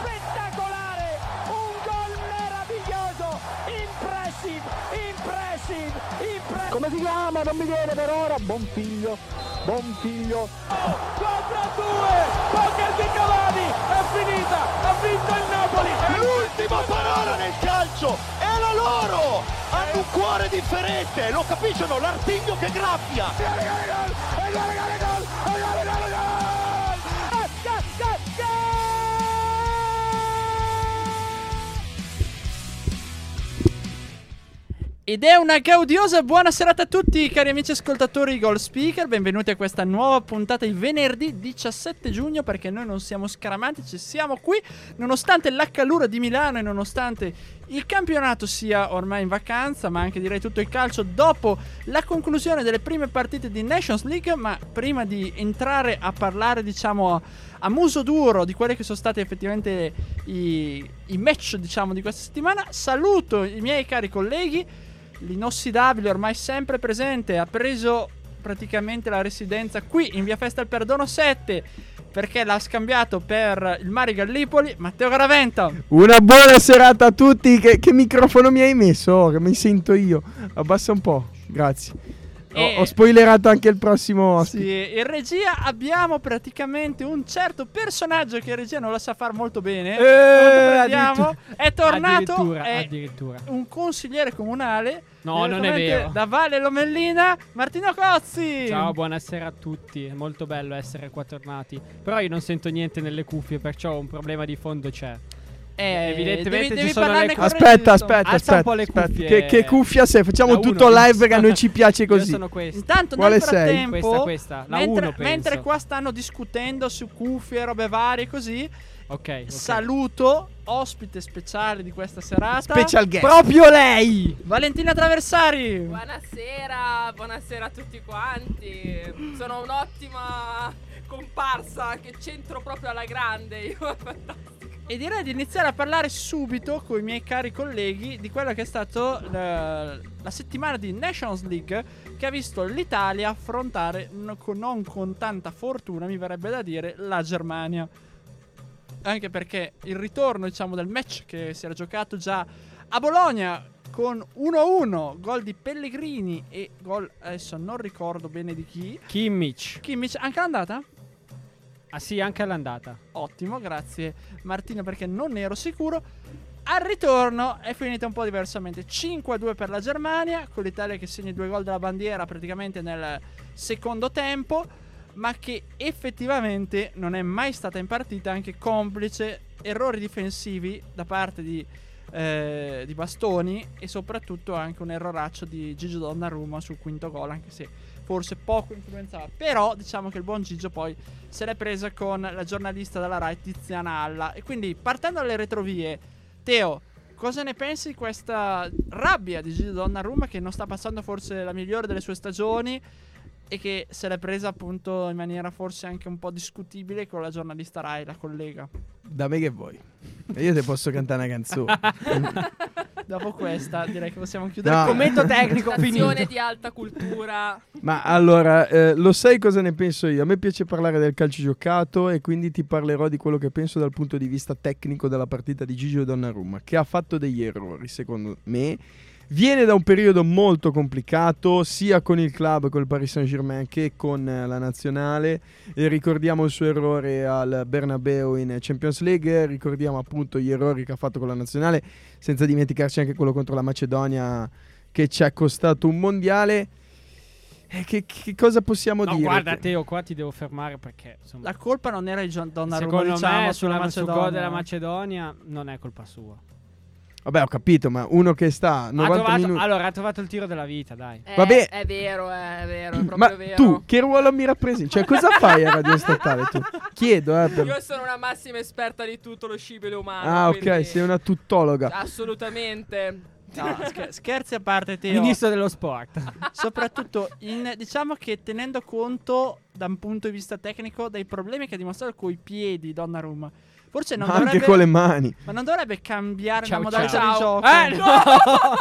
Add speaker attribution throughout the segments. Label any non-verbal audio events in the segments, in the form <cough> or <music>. Speaker 1: spettacolare, un gol meraviglioso, impressive, impressive, impressive.
Speaker 2: Come si chiama? Non mi viene per ora. Buon figlio, buon figlio.
Speaker 1: Contro Oh, due, poker di Cavani, è finita, ha vinto il Napoli.
Speaker 3: È l'ultima parola nel calcio, è la loro. Hanno un cuore differente, lo capiscono, l'artiglio che graffia.
Speaker 4: Ed è una gaudiosa buona serata a tutti, cari amici ascoltatori di Gold Speaker. Benvenuti a questa nuova puntata di venerdì 17 giugno. Perché noi non siamo scaramantici, siamo qui. Nonostante la calura di Milano e nonostante il campionato sia ormai in vacanza, ma anche direi tutto il calcio dopo la conclusione delle prime partite di Nations League. Ma prima di entrare a parlare, diciamo, a- a muso duro di quelli che sono stati effettivamente i, i match, diciamo, di questa settimana, saluto i miei cari colleghi l'inossidabile ormai sempre presente, ha preso praticamente la residenza qui in via Festa al Perdono 7 perché l'ha scambiato per il Mari Gallipoli, Matteo Garaventa.
Speaker 5: Una buona serata a tutti. Che, che microfono mi hai messo? Oh, che mi sento io. Abbassa un po'. Grazie. Ho,
Speaker 4: E-
Speaker 5: ho spoilerato anche il prossimo. ospite.
Speaker 4: Sì, in regia abbiamo praticamente un certo personaggio che in regia non la sa far molto bene.
Speaker 5: Eh,
Speaker 4: Lo prendiamo.
Speaker 5: addirittura-
Speaker 4: È tornato,
Speaker 6: addirittura,
Speaker 4: è
Speaker 6: addirittura.
Speaker 4: un consigliere comunale.
Speaker 6: No, non è
Speaker 4: direttamente
Speaker 6: vero.
Speaker 4: Da Valle Lomellina, Martino Cozzi.
Speaker 6: Ciao, buonasera a tutti. È molto bello essere qua tornati. Però io non sento niente nelle cuffie, perciò un problema di fondo c'è.
Speaker 4: Eh,
Speaker 6: Evidentemente
Speaker 4: devi-
Speaker 6: ci
Speaker 4: devi
Speaker 6: sono le
Speaker 4: parlarne
Speaker 6: cu-
Speaker 4: con
Speaker 5: Aspetta,
Speaker 4: Renzo.
Speaker 5: aspetta,
Speaker 6: Alza un
Speaker 5: aspetta.
Speaker 6: po' le
Speaker 5: aspetta.
Speaker 6: cuffie.
Speaker 5: Che, che cuffia sei? Facciamo
Speaker 6: La
Speaker 5: tutto
Speaker 6: uno,
Speaker 5: live
Speaker 6: penso.
Speaker 5: che a noi ci piace
Speaker 6: Io
Speaker 5: così.
Speaker 6: sono questa.
Speaker 4: Intanto
Speaker 5: Quale
Speaker 4: nel
Speaker 5: sei?
Speaker 4: frattempo,
Speaker 6: Questa, questa, la
Speaker 4: mentre,
Speaker 6: uno, penso.
Speaker 4: mentre qua stanno discutendo su cuffie, robe varie così,
Speaker 6: Ok. ok.
Speaker 4: saluto ospite speciale di questa serata,
Speaker 5: Special guest.
Speaker 6: Proprio lei!
Speaker 4: Valentina Traversari.
Speaker 7: Buonasera, buonasera a tutti quanti. Sono un'ottima comparsa che centro proprio alla grande. Io
Speaker 4: E direi di iniziare a parlare subito con i miei cari colleghi di quella che è stata la, la settimana di Nations League che ha visto l'Italia affrontare n- con- non con tanta fortuna, mi verrebbe da dire, la Germania. Anche perché il ritorno, diciamo, del match che si era giocato già a Bologna con 1-1, gol di Pellegrini e gol adesso non ricordo bene di chi.
Speaker 6: Kimmich.
Speaker 4: Kimmich, anche l'andata?
Speaker 6: Ah sì, anche all'andata.
Speaker 4: Ottimo, grazie Martino perché non ne ero sicuro. Al ritorno è finita un po' diversamente. 5-2 per la Germania, con l'Italia che segna i due gol della bandiera praticamente nel secondo tempo, ma che effettivamente non è mai stata in partita, anche complice errori difensivi da parte di, eh, di Bastoni e soprattutto anche un erroraccio di Gigio Donnarumma sul quinto gol, anche se forse poco influenzava. Però diciamo che il buon Gigio poi se l'è presa con la giornalista della Rai Tiziana Alla. E quindi partendo dalle retrovie, Teo, cosa ne pensi di questa rabbia di Gigi Donnarumma che non sta passando forse la migliore delle sue stagioni e che se l'è presa appunto in maniera forse anche un po' discutibile con la giornalista Rai, la collega.
Speaker 5: Da me che vuoi. E Io te posso cantare
Speaker 2: <laughs>
Speaker 5: una canzone.
Speaker 4: Dopo questa direi che possiamo chiudere.
Speaker 5: No.
Speaker 4: Come-
Speaker 6: Commento tecnico
Speaker 7: Nazione di alta cultura.
Speaker 5: Ma allora, eh, lo sai cosa ne penso io? A me piace parlare del calcio giocato e quindi ti parlerò di quello che penso dal punto di vista tecnico della partita di Gigio Donnarumma, che ha fatto degli errori, secondo me. Viene da un periodo molto complicato, sia con il club, col Paris Saint-Germain, che con eh, la nazionale. E ricordiamo il suo errore al Bernabeu in Champions League, ricordiamo appunto gli errori che ha fatto con la nazionale, senza dimenticarci anche quello contro la Macedonia che ci ha costato un mondiale. Eh, Che, che cosa possiamo
Speaker 6: No,
Speaker 5: dire?
Speaker 6: guarda
Speaker 5: Che-
Speaker 6: Teo, qua ti devo fermare perché insomma,
Speaker 4: La colpa non era di Gio- Donnarumma,
Speaker 6: secondo
Speaker 4: diciamo,
Speaker 6: me
Speaker 4: sulla
Speaker 6: sulla, sul gol della
Speaker 4: Macedonia.
Speaker 6: Macedonia non è colpa sua.
Speaker 5: Vabbè, ho capito, ma uno che sta
Speaker 6: Ha
Speaker 5: 90
Speaker 6: trovato,
Speaker 5: minuti.
Speaker 6: allora, ha trovato il tiro della vita, dai.
Speaker 7: Eh,
Speaker 5: Vabbè.
Speaker 7: È vero, eh, è vero, è proprio
Speaker 5: Ma
Speaker 7: vero.
Speaker 5: tu che ruolo mi rappresenti? Cioè, cosa fai a Radio Statale?
Speaker 6: <laughs>
Speaker 5: Tu? Chiedo, eh. per-
Speaker 7: Io sono una massima esperta di tutto lo scibile umano.
Speaker 5: Ah, ok,
Speaker 7: quindi-
Speaker 5: sei una tuttologa.
Speaker 7: Assolutamente.
Speaker 4: No, scher- scherzi a parte, Teo.
Speaker 6: Ministro dello sport.
Speaker 4: Soprattutto in, diciamo che tenendo conto da un punto di vista tecnico dai problemi che ha dimostrato coi piedi Donnarumma. Forse non
Speaker 5: ma
Speaker 4: dovrebbe,
Speaker 5: anche con le mani.
Speaker 4: ma non dovrebbe cambiare la
Speaker 6: Ciao,
Speaker 4: modalità
Speaker 6: ciao.
Speaker 4: di gioco.
Speaker 6: Eh,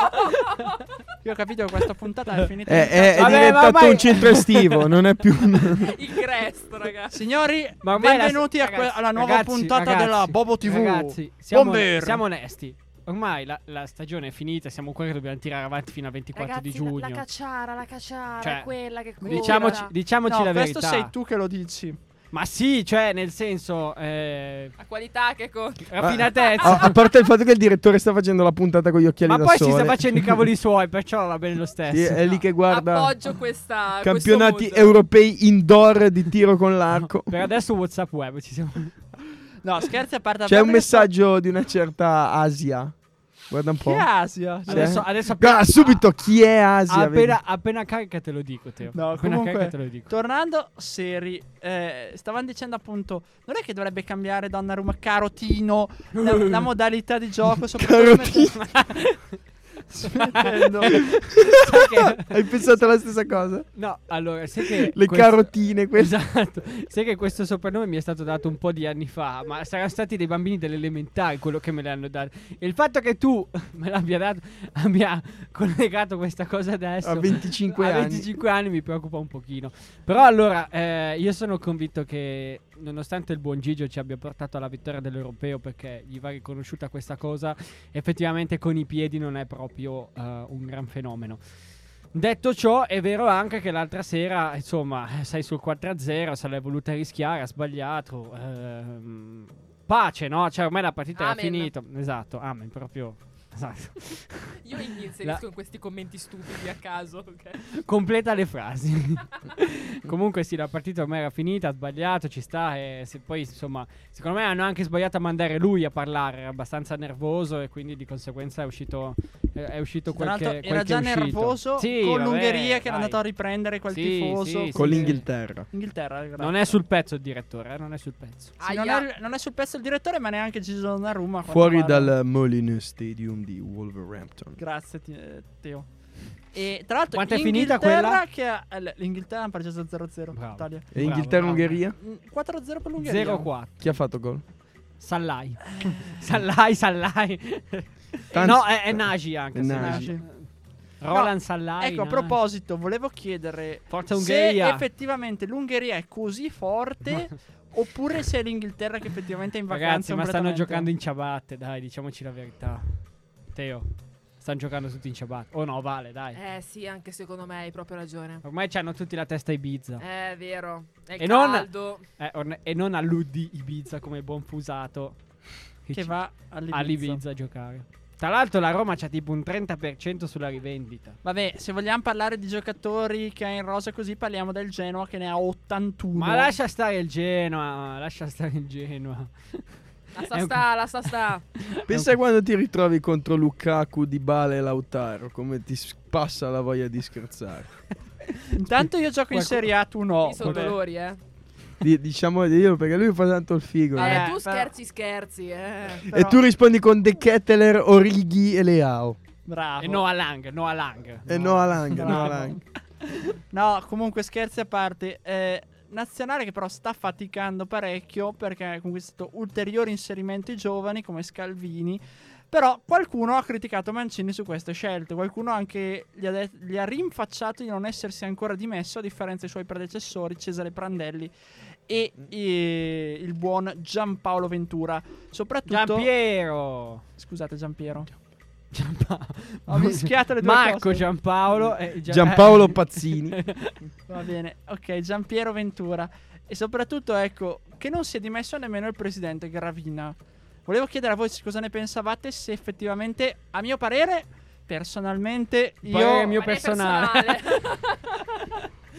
Speaker 4: Io ho capito che questa puntata
Speaker 5: Eh,
Speaker 4: è finita.
Speaker 5: È, è- è
Speaker 6: <laughs> Vabbè,
Speaker 5: diventato
Speaker 6: vabbè.
Speaker 5: un centro
Speaker 6: <laughs>
Speaker 5: estivo, non è più... un-
Speaker 7: Il Grest, ragazzi.
Speaker 4: Signori,
Speaker 6: Ma ormai la-
Speaker 4: benvenuti a que-
Speaker 6: ragazzi,
Speaker 4: alla nuova
Speaker 6: ragazzi,
Speaker 4: puntata
Speaker 6: ragazzi,
Speaker 4: della Bobo TV.
Speaker 6: Ragazzi, siamo,
Speaker 4: Bomber.
Speaker 6: siamo onesti. Ormai la, la stagione è finita, siamo qua che dobbiamo tirare avanti fino al 24
Speaker 7: Ragazzi,
Speaker 6: di giugno.
Speaker 7: La, la cacciara, la cacciara,
Speaker 6: Cioè,
Speaker 7: quella che corre.
Speaker 6: Diciamoci, diciamoci
Speaker 4: No,
Speaker 6: la
Speaker 4: questo
Speaker 6: verità.
Speaker 4: sei tu che lo dici.
Speaker 6: Ma sì, cioè, nel senso, eh,
Speaker 4: Ah,
Speaker 7: La qualità che conta.
Speaker 6: raffinatezza.
Speaker 5: A, a parte il fatto che il direttore sta facendo la puntata con gli occhiali
Speaker 6: Esatto. ma
Speaker 5: da
Speaker 6: poi
Speaker 5: sole.
Speaker 6: ci sta facendo i cavoli suoi, perciò va bene lo stesso.
Speaker 5: Sì, è lì che guarda
Speaker 7: Appoggio questa questo
Speaker 5: campionati
Speaker 7: mood.
Speaker 5: europei indoor di tiro con l'arco.
Speaker 6: Per adesso WhatsApp web ci siamo.
Speaker 4: No, scherzi a parte.
Speaker 5: C'è un
Speaker 4: Davvero sto-
Speaker 5: messaggio di una certa Asia. Guarda un po'.
Speaker 4: Che Asia?
Speaker 5: C'è?
Speaker 6: Adesso, adesso appena,
Speaker 5: Guarda subito chi è Asia.
Speaker 6: <laughs> appena, appena carica te lo dico, Teo. <laughs>
Speaker 4: No,
Speaker 6: appena
Speaker 4: comunque-
Speaker 6: carica te lo dico.
Speaker 4: Tornando seri, eh, stavamo dicendo appunto, non è che dovrebbe cambiare Donnarumma carotino la,
Speaker 6: <laughs>
Speaker 4: la modalità di gioco, soprattutto Smettendo.
Speaker 6: Sai
Speaker 4: <laughs>
Speaker 6: che-
Speaker 5: vedi? Hai pensato la stessa cosa?
Speaker 6: no, allora, sai che
Speaker 5: Le
Speaker 6: questo-
Speaker 5: <laughs> carotine, queste.
Speaker 6: Esatto, sai che questo soprannome mi è stato dato un po' di anni fa, ma saranno stati dei bambini dell'elementare quello che me l'hanno dato. E il fatto che tu <laughs> me l'abbia dato, abbia collegato questa cosa adesso
Speaker 5: A 25
Speaker 6: Esatto. a
Speaker 5: anni.
Speaker 6: 25 anni mi preoccupa un pochino. Però allora, eh, io sono convinto che nonostante il buon Gigio ci abbia portato alla vittoria dell'Europeo perché gli va riconosciuta questa cosa, effettivamente con i piedi non è proprio eh, un gran fenomeno. Detto ciò, è vero anche che l'altra sera, insomma, eh, sei sul 4-0, se l'hai voluta rischiare, ha sbagliato. ehm, pace, no? Cioè, ormai la partita è
Speaker 7: Amen.
Speaker 6: finita. Esatto, amen, proprio. Esatto.
Speaker 7: Io inserisco
Speaker 6: La-
Speaker 7: in questi commenti stupidi a caso. ok?
Speaker 6: Completa le frasi. <laughs> Comunque, sì, la partita ormai era finita. Ha sbagliato, ci sta. E se poi, insomma, secondo me hanno anche sbagliato a mandare lui a parlare. Era abbastanza nervoso e quindi di conseguenza è uscito. eh, È uscito
Speaker 4: Tra
Speaker 6: quel che,
Speaker 4: l'altro
Speaker 6: quel
Speaker 4: era
Speaker 6: che è
Speaker 4: già
Speaker 6: uscito.
Speaker 4: nervoso
Speaker 6: Sì,
Speaker 4: con
Speaker 6: vabbè,
Speaker 4: l'Ungheria che
Speaker 6: dai.
Speaker 4: era andato a riprendere quel
Speaker 6: Sì,
Speaker 4: tifoso.
Speaker 6: sì, sì,
Speaker 5: Con
Speaker 6: sì.
Speaker 5: l'Inghilterra.
Speaker 4: Inghilterra, grazie.
Speaker 6: Non è sul pezzo il direttore, eh, non è sul pezzo.
Speaker 4: Sì, non,
Speaker 7: Aia.
Speaker 4: è, non è sul pezzo il direttore, ma neanche Gigi Donnarumma. quando
Speaker 5: Fuori
Speaker 4: parla.
Speaker 5: dal Molyneux Stadium di Wolverhampton.
Speaker 4: Grazie, ti- eh, Teo. E tra l'altro,
Speaker 6: Quanto è finita
Speaker 4: l'Inghilterra Che ha- eh, l'Inghilterra ha pareggiato 0-0.
Speaker 6: Bravo.
Speaker 4: Italia.
Speaker 5: E
Speaker 6: Bravo,
Speaker 5: Inghilterra-Ungheria?
Speaker 4: Mm, 4-0 per l'Ungheria. Eh.
Speaker 6: 0-4.
Speaker 5: Chi ha fatto gol?
Speaker 6: Sallai. <laughs> Sallai, Sallai.
Speaker 5: Tanz-
Speaker 6: no, è, è Nagy anche.
Speaker 5: È
Speaker 6: sì,
Speaker 5: Nagy.
Speaker 6: Nagy.
Speaker 4: No,
Speaker 6: Roland Sallai.
Speaker 4: Ecco, a
Speaker 6: Nagy.
Speaker 4: proposito, volevo chiedere
Speaker 6: Forza
Speaker 4: se
Speaker 6: Ungheria.
Speaker 4: effettivamente l'Ungheria è così
Speaker 6: <laughs>
Speaker 4: forte oppure se è l'Inghilterra che effettivamente è in vacanza.
Speaker 6: Ragazzi, ma stanno
Speaker 4: completamente.
Speaker 6: giocando in ciabatte, dai, diciamoci la verità. Teo, stanno giocando tutti in ciabatte. Oh no, vale, dai.
Speaker 7: Eh sì, anche secondo me hai proprio ragione.
Speaker 6: Ormai hanno tutti la testa Ibiza.
Speaker 4: Eh.
Speaker 7: È vero. È
Speaker 6: E non-
Speaker 7: caldo.
Speaker 6: Eh, orne- e non all'Udi Ibiza come buon fusato.
Speaker 4: Che
Speaker 6: ci-
Speaker 4: va all'Ibiza.
Speaker 6: all'Ibiza a giocare. Tra l'altro la Roma c'ha tipo un 30% sulla rivendita.
Speaker 4: Vabbè, se vogliamo parlare di giocatori che ha in rosa così, parliamo del Genoa che ne ha 81.
Speaker 6: Ma lascia stare il Genoa, lascia stare il Genoa.
Speaker 7: La
Speaker 6: È
Speaker 7: sta
Speaker 6: un-
Speaker 7: sta, la sta sta.
Speaker 5: Pensa quando ti ritrovi contro Lukaku, Dybala e Lautaro, come ti s- passa la voglia di scherzare.
Speaker 4: Intanto io gioco in
Speaker 6: Qualcuno-
Speaker 4: Serie A, tu no.
Speaker 7: Mi sono
Speaker 4: Oh, Vabbè.
Speaker 7: dolori, eh.
Speaker 5: Di- diciamo di dirlo perché lui fa tanto il figo.
Speaker 7: Eh,
Speaker 5: eh.
Speaker 4: Eh, però-
Speaker 7: tu scherzi, scherzi, eh.
Speaker 5: E tu rispondi con De Ketteler, Origi e Leao.
Speaker 4: Bravo.
Speaker 6: E Noah Lang, Noah Lang.
Speaker 5: E no a Lang,
Speaker 4: Bravo.
Speaker 5: no a Lang.
Speaker 4: No, comunque scherzi a parte. eh, nazionale che però sta faticando parecchio perché ha conquistato ulteriori inserimenti giovani come Scalvini. Però qualcuno ha criticato Mancini su queste scelte, qualcuno anche gli ha, det- gli ha rinfacciato di non essersi ancora dimesso a differenza dei suoi predecessori Cesare Prandelli e, eh, il buon Giampaolo Ventura. Soprattutto...
Speaker 6: Giampiero.
Speaker 4: Scusate Giampiero,
Speaker 6: Giampaolo.
Speaker 4: ho mischiato le due
Speaker 6: Marco
Speaker 4: cose.
Speaker 6: Giampaolo e Gia-
Speaker 5: Giampaolo <laughs> Pazzini.
Speaker 4: Va bene, ok, Giampiero Ventura. E soprattutto, ecco, che non si è dimesso nemmeno il presidente Gravina. Volevo chiedere a voi se cosa ne pensavate, se effettivamente, a mio parere, personalmente, io...
Speaker 6: Parere mio
Speaker 7: Ma lei è
Speaker 6: personale.
Speaker 7: <laughs>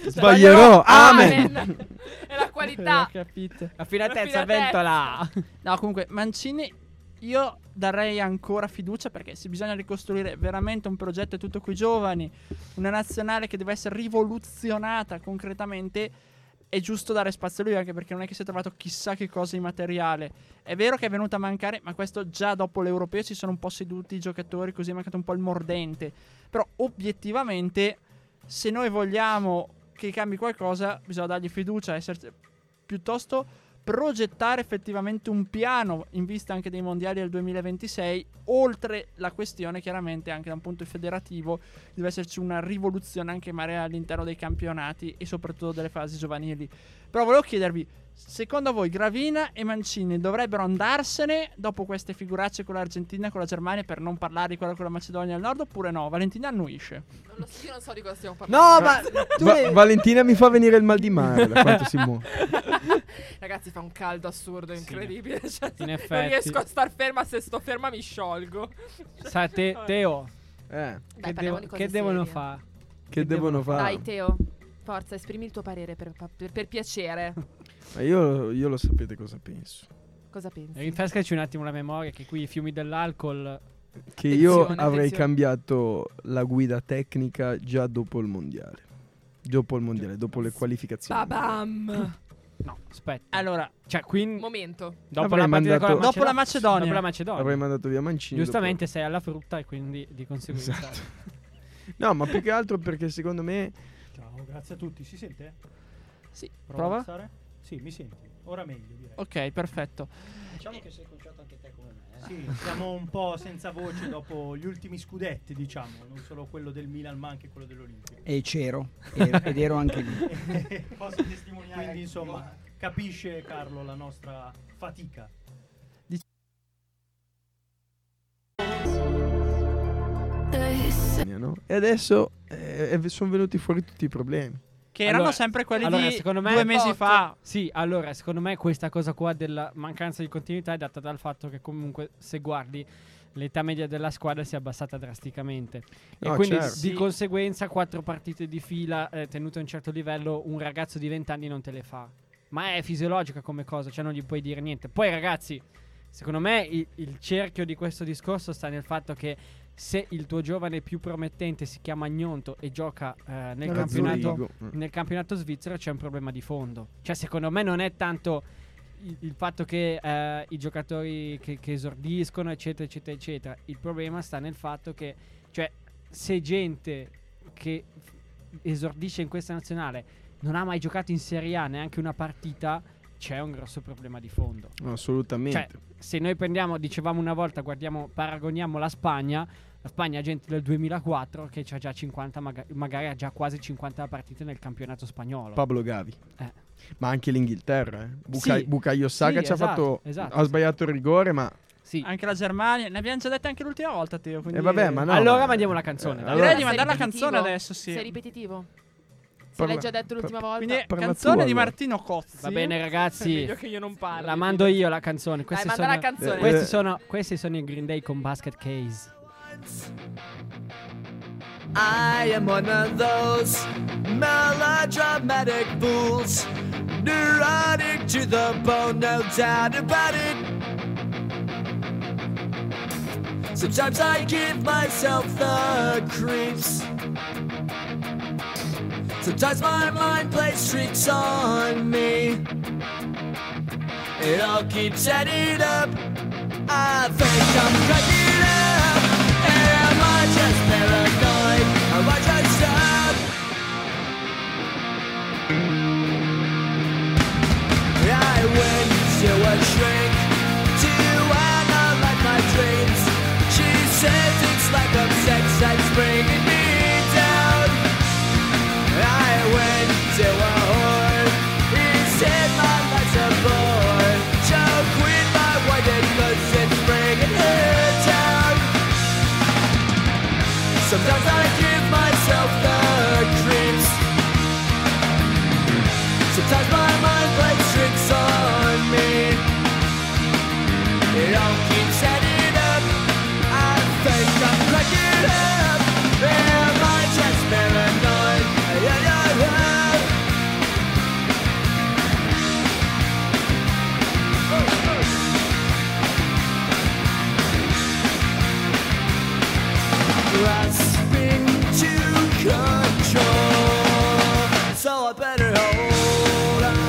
Speaker 5: Sbaglierò. Amen.
Speaker 7: Amen. È la
Speaker 4: <laughs> Ho
Speaker 7: qualità.
Speaker 4: capito.
Speaker 6: La filatezza,
Speaker 7: La filatezza.
Speaker 6: ventola.
Speaker 4: No, comunque, Mancini, io darei ancora fiducia perché se bisogna ricostruire veramente un progetto tutto coi giovani, una nazionale che deve essere rivoluzionata concretamente, è giusto dare spazio a lui anche perché non è che si è trovato chissà che cosa in materiale. È vero che è venuta a mancare, ma questo già dopo l'europeo si sono un po' seduti i giocatori, così è mancato un po' il mordente. Però obiettivamente, se noi vogliamo che cambi qualcosa, bisogna dargli fiducia, esserci- piuttosto progettare effettivamente un piano in vista anche dei mondiali del 2026, oltre la questione chiaramente anche da un punto federativo, deve esserci una rivoluzione anche in marea all'interno dei campionati e soprattutto delle fasi giovanili. Però volevo chiedervi, secondo voi Gravina e Mancini dovrebbero andarsene dopo queste figuracce con l'Argentina, con la Germania, per non parlare di quella con la Macedonia del Nord oppure no? Valentina annuisce.
Speaker 7: Non lo so, io non so di cosa stiamo parlando.
Speaker 6: No, ma tu
Speaker 5: Va-
Speaker 6: hai-
Speaker 5: Valentina mi fa venire il mal di mare da quanto si muove.
Speaker 7: Ragazzi, fa un caldo assurdo, incredibile. Cioè,
Speaker 6: in
Speaker 7: non
Speaker 6: effetti.
Speaker 7: riesco a star ferma, se sto ferma mi sciolgo.
Speaker 6: <laughs> Sa, te- Teo,
Speaker 5: Eh,
Speaker 6: che, devo- che devono fare?
Speaker 5: che devono fare?
Speaker 7: Dai, Teo, forza, esprimi il tuo parere per, per- per piacere.
Speaker 5: Ma io, io lo sapete cosa penso.
Speaker 7: Cosa pensi?
Speaker 6: Rinfrescaci un attimo la memoria che qui i fiumi dell'alcol...
Speaker 5: Che io
Speaker 7: Attenzione,
Speaker 5: avrei
Speaker 7: attenzione.
Speaker 5: cambiato la guida tecnica già dopo il mondiale. Dopo il mondiale, dopo le qualificazioni.
Speaker 7: Babam!
Speaker 6: No, aspetta.
Speaker 4: Allora,
Speaker 6: Cioè, qui
Speaker 7: Momento.
Speaker 6: dopo
Speaker 5: Avrei
Speaker 6: la, partita con
Speaker 5: mandato-
Speaker 4: dopo la Macedonia.
Speaker 6: Dopo la Macedonia.
Speaker 5: Avrei mandato via Mancini.
Speaker 6: Giustamente sei alla frutta e quindi di conseguenza...
Speaker 5: dopo- No, ma più che altro perché secondo me
Speaker 8: Ciao, grazie a tutti. Si sente?
Speaker 4: sì,
Speaker 8: Prova a
Speaker 4: prova.
Speaker 8: alzare? Sì, mi senti. Ora meglio, direi.
Speaker 4: Ok, perfetto.
Speaker 9: Diciamo che sei conciato anche te come me. eh.
Speaker 8: Sì, siamo un po' senza voce dopo gli ultimi scudetti, diciamo, non solo quello del Milan, ma anche quello dell'Olimpia.
Speaker 9: E
Speaker 8: <laughs>
Speaker 9: c'ero, ero- ed ero anche lì.
Speaker 8: Posso testimoniare. Quindi, insomma, capisce Carlo la nostra fatica.
Speaker 5: no? E adesso eh, sono venuti fuori tutti i problemi.
Speaker 4: Che erano
Speaker 6: Allora-
Speaker 4: sempre quelli
Speaker 6: allora,
Speaker 4: di
Speaker 6: secondo me-
Speaker 4: due mesi
Speaker 7: Otto.
Speaker 4: fa.
Speaker 6: Sì, allora, secondo me questa cosa qua della mancanza di continuità è data dal fatto che comunque se guardi l'età media della squadra si è abbassata drasticamente.
Speaker 5: No,
Speaker 6: e quindi
Speaker 5: certo.
Speaker 6: di
Speaker 4: Sì.
Speaker 6: conseguenza quattro partite di fila eh, tenute a un certo livello, un ragazzo di 20 anni non te le fa. Ma è fisiologica come cosa, cioè non gli puoi dire niente. Poi ragazzi, secondo me il, il cerchio di questo discorso sta nel fatto che se il tuo giovane più promettente si chiama Agnonto e gioca eh, nel
Speaker 5: Era
Speaker 6: campionato
Speaker 5: Zurigo. Eh.
Speaker 6: nel campionato svizzero c'è un problema di fondo. Cioè, secondo me non è tanto il, il fatto che eh, i giocatori che, che esordiscono, eccetera, eccetera, eccetera. Il problema sta nel fatto che, cioè, se gente che f- esordisce in questa nazionale non ha mai giocato in Serie A neanche una partita, c'è un grosso problema di fondo.
Speaker 5: No, assolutamente.
Speaker 6: Cioè, se noi prendiamo, dicevamo una volta, guardiamo, paragoniamo la Spagna, la Spagna è gente del 2004 che ha già 50, maga- magari ha già quasi 50 partite nel campionato spagnolo.
Speaker 5: Pablo Gavi.
Speaker 6: Eh.
Speaker 5: Ma anche l'Inghilterra, eh. Buca-
Speaker 6: Sì.
Speaker 5: Bukayo Saka
Speaker 6: Sì,
Speaker 5: ci ha
Speaker 6: esatto,
Speaker 5: fatto
Speaker 6: esatto.
Speaker 5: ha sbagliato il rigore, ma
Speaker 6: sì.
Speaker 7: Ah,
Speaker 4: Anche la Germania, ne abbiamo già dette anche l'ultima volta, Teo.
Speaker 5: e
Speaker 4: Quindi...
Speaker 5: Eh, vabbè, ma no.
Speaker 6: allora
Speaker 5: ma-
Speaker 6: mandiamo la canzone,
Speaker 5: eh,
Speaker 6: dai.
Speaker 5: allora-
Speaker 4: Direi di mandare la canzone adesso, sì.
Speaker 7: Sei ripetitivo. Se
Speaker 5: Parla-
Speaker 7: l'hai già detto
Speaker 5: par-
Speaker 7: l'ultima volta.
Speaker 4: Quindi
Speaker 7: è
Speaker 5: Parla
Speaker 4: canzone
Speaker 5: tu,
Speaker 4: di
Speaker 5: allora.
Speaker 4: Martino Cozzi.
Speaker 6: Va bene
Speaker 7: meglio
Speaker 6: ragazzi,
Speaker 7: che io non parlo.
Speaker 6: la mando io la canzone. Questi,
Speaker 7: manda
Speaker 6: sono,
Speaker 7: la canzone.
Speaker 6: questi,
Speaker 5: Eh.
Speaker 6: sono, questi sono i Green Day con Basket Case.
Speaker 10: I am one of those melodramatic fools, neurotic to the bone, no doubt about it. Sometimes I give myself the creeps. Sometimes my mind plays tricks on me. It all keeps adding up. I think I'm cracking up. And am I just paranoid? Am I just up? I went to a shrink to analyze my dreams. She says it's like a sex that's bringing me down. I went to a whore. He said my life's a bore. So quit my wedding cause it's bringing her down. Sometimes I give myself the creeps. Sometimes my mind plays tricks on me. It all keeps adding up. I think I'm cracking up. Am I just paranoid? Yeah, yeah, yeah. grasping to control. So I better hold on.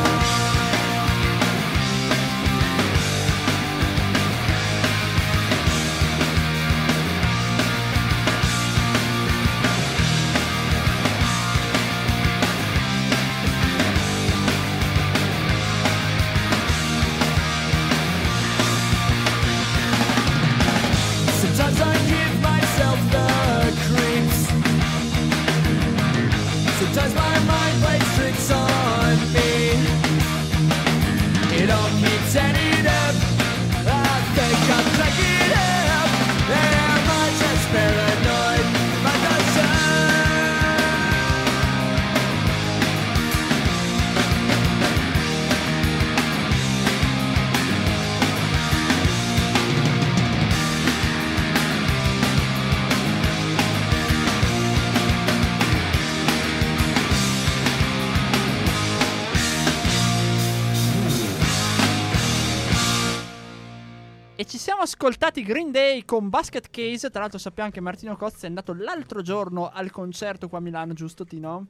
Speaker 4: E ci siamo ascoltati Green Day con Basket Case. Tra l'altro sappiamo che Martino Cozzi è andato l'altro giorno al concerto qua a Milano, giusto Tino?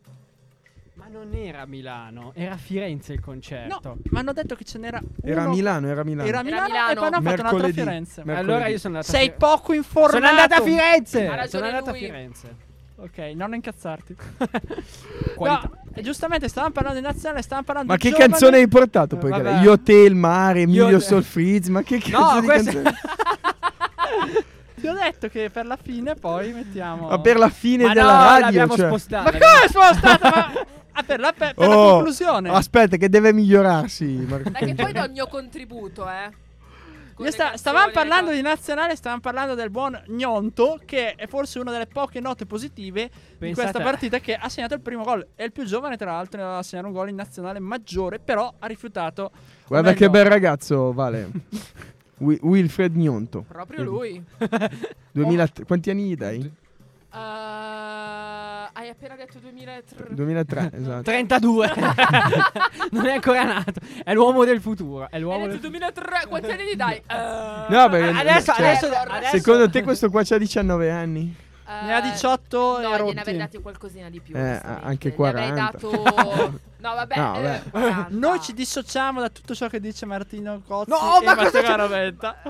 Speaker 6: Ma non era a Milano, era a Firenze il concerto.
Speaker 4: No, mi hanno detto che ce n'era uno.
Speaker 5: Era a Milano, era a Milano.
Speaker 4: Era a Milano,
Speaker 7: Milano.
Speaker 4: e poi hanno fatto un altro a
Speaker 5: Mercoledì.
Speaker 4: Firenze.
Speaker 5: Mer-
Speaker 6: Allora
Speaker 5: mercoledì.
Speaker 6: io sono andato a
Speaker 4: Sei
Speaker 6: Firenze.
Speaker 4: poco informato.
Speaker 6: Sono andato a
Speaker 7: Ha
Speaker 6: Firenze.
Speaker 7: ragione
Speaker 6: Sono andato a
Speaker 7: lui.
Speaker 6: Firenze.
Speaker 4: Ok, non incazzarti. <laughs>
Speaker 6: Qualità.
Speaker 4: No, e giustamente stavamo parlando di nazionale, stavamo parlando
Speaker 5: Ma
Speaker 4: di
Speaker 5: che
Speaker 4: giovani.
Speaker 5: canzone hai portato poi?
Speaker 6: Eh,
Speaker 5: cara?
Speaker 6: vabbè.
Speaker 5: Io, te, il mare, Emilio,
Speaker 6: Io-
Speaker 5: Solfrizz. Ma che cazzo di
Speaker 6: questa-
Speaker 5: canzone?
Speaker 4: Ti ho detto che per la fine poi mettiamo...
Speaker 5: Ma per la fine
Speaker 6: Ma no,
Speaker 5: della radio,
Speaker 6: l'abbiamo
Speaker 5: cioè.
Speaker 6: spostata.
Speaker 4: Ma come è spostata? Ma... Ah, per la, per- per la
Speaker 5: Oh,
Speaker 4: conclusione.
Speaker 5: Aspetta, che deve
Speaker 6: <laughs>
Speaker 5: migliorarsi. Marco.
Speaker 7: Dai che poi <laughs> do il mio contributo, eh. Con
Speaker 4: Io
Speaker 7: le
Speaker 4: sta-
Speaker 7: canzoni,
Speaker 4: stavamo
Speaker 7: le
Speaker 4: parlando
Speaker 7: cose.
Speaker 4: di nazionale, stavamo parlando del buon Gnonto, che è forse una delle poche note positive di
Speaker 6: Pensate-
Speaker 4: questa partita, che ha segnato il primo gol. È il più giovane, tra l'altro, a segnare un gol in nazionale maggiore, però ha rifiutato.
Speaker 5: Guarda
Speaker 4: un
Speaker 5: che
Speaker 4: no.
Speaker 5: bel ragazzo,
Speaker 6: <laughs>
Speaker 5: Vale. Wi- Wilfred Gnonto.
Speaker 7: Proprio lui.
Speaker 5: 2003. Quanti anni gli dai?
Speaker 7: Eh, hai appena detto 2003.
Speaker 5: 2003, esatto.
Speaker 4: <laughs>
Speaker 6: 32. non è ancora nato. È l'uomo del futuro. È
Speaker 7: Hai
Speaker 6: l'uomo
Speaker 7: detto
Speaker 6: del
Speaker 7: 2003. Quanti anni gli dai? Eh,
Speaker 5: No, perché-
Speaker 6: Adesso,
Speaker 5: cioè,
Speaker 6: adesso, adesso.
Speaker 5: Secondo te questo qua c'ha 19 anni?
Speaker 4: Ne ha 18 e
Speaker 7: No, gliene
Speaker 4: rotti.
Speaker 7: avrei dati qualcosina di più.
Speaker 5: Eh,
Speaker 7: onestamente.
Speaker 5: anche
Speaker 7: Gli avrei
Speaker 5: 40.
Speaker 7: dato.
Speaker 5: <laughs>
Speaker 7: No, vabbè.
Speaker 5: No, vabbè.
Speaker 7: eh, 40.
Speaker 4: Noi ci dissociamo da tutto ciò che dice Martino Cozzi
Speaker 6: Ah. No,
Speaker 4: e
Speaker 6: ma cosa
Speaker 4: Matteo
Speaker 6: c'è-
Speaker 4: Garavetta.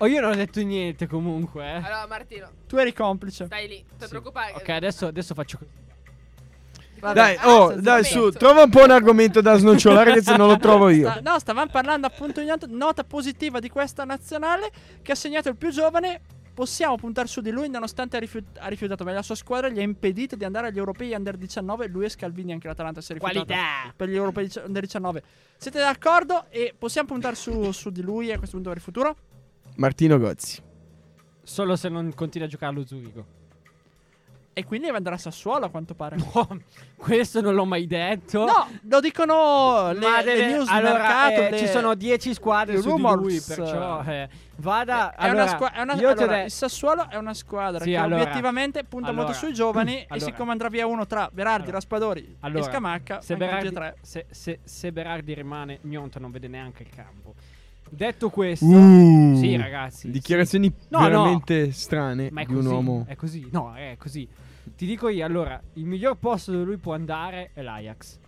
Speaker 6: Oh, io non ho detto niente comunque. eh.
Speaker 7: Allora, Martino,
Speaker 4: Tu eri complice.
Speaker 7: stai lì. Non ti
Speaker 6: Sì.
Speaker 7: preoccupare.
Speaker 6: Ok, adesso, adesso faccio
Speaker 4: eh,
Speaker 6: così.
Speaker 5: Dai,
Speaker 7: Ah,
Speaker 5: oh,
Speaker 7: senza
Speaker 5: dai,
Speaker 7: commento.
Speaker 5: su, trova un po' un argomento da snocciolare che se non lo trovo io.
Speaker 4: Sta- Ah, no, stavamo parlando appunto di not- nota positiva di questa nazionale che ha segnato il più giovane. Possiamo puntare su di lui nonostante ha, rifiut- ha rifiutato, ma la sua squadra gli ha impedito di andare agli europei under 19. Lui e Scalvini anche l'Atalanta si è rifiutata
Speaker 6: Qualità.
Speaker 4: per gli europei dic- under 19. Siete d'accordo? E possiamo puntare su, su di lui a questo punto per il futuro?
Speaker 5: Martino Gozzi.
Speaker 6: Solo se non continua a giocare allo Zurigo.
Speaker 4: E quindi andrà a Sassuolo a quanto pare.
Speaker 6: No, questo non l'ho mai detto.
Speaker 4: No, lo dicono le,
Speaker 6: ma
Speaker 4: le
Speaker 6: deve-
Speaker 4: news
Speaker 6: allora,
Speaker 4: di mercato.
Speaker 6: eh,
Speaker 4: le-
Speaker 6: ci sono 10 squadre
Speaker 4: i
Speaker 6: su di
Speaker 4: rumors,
Speaker 6: lui, perciò eh, vada.
Speaker 4: È
Speaker 6: allora,
Speaker 4: una squa- è una-
Speaker 6: io ti ho
Speaker 4: allora,
Speaker 6: detto-
Speaker 4: il Sassuolo è una squadra
Speaker 6: Sì,
Speaker 4: che
Speaker 6: allora.
Speaker 4: obiettivamente punta molto
Speaker 6: Allora.
Speaker 4: sui
Speaker 6: <clears throat>
Speaker 4: giovani.
Speaker 6: Allora.
Speaker 4: E siccome andrà via uno tra Berardi,
Speaker 6: Allora.
Speaker 4: Raspadori
Speaker 6: Allora,
Speaker 4: e Scamacca,
Speaker 6: se
Speaker 4: anche tutti e
Speaker 6: Berardi,
Speaker 4: tre.
Speaker 6: se, se- se Berardi rimane, Gnonto non vede neanche il campo. Detto questo,
Speaker 5: Uh,
Speaker 6: sì, ragazzi,
Speaker 5: Dichiarazioni
Speaker 6: No, no.
Speaker 5: veramente
Speaker 6: sì,
Speaker 4: Eh,
Speaker 5: strane
Speaker 6: ma è
Speaker 5: di un
Speaker 6: così,
Speaker 5: uomo.
Speaker 6: È così, no, è così. Ti dico io, allora, il miglior posto dove lui può andare è l'Ajax.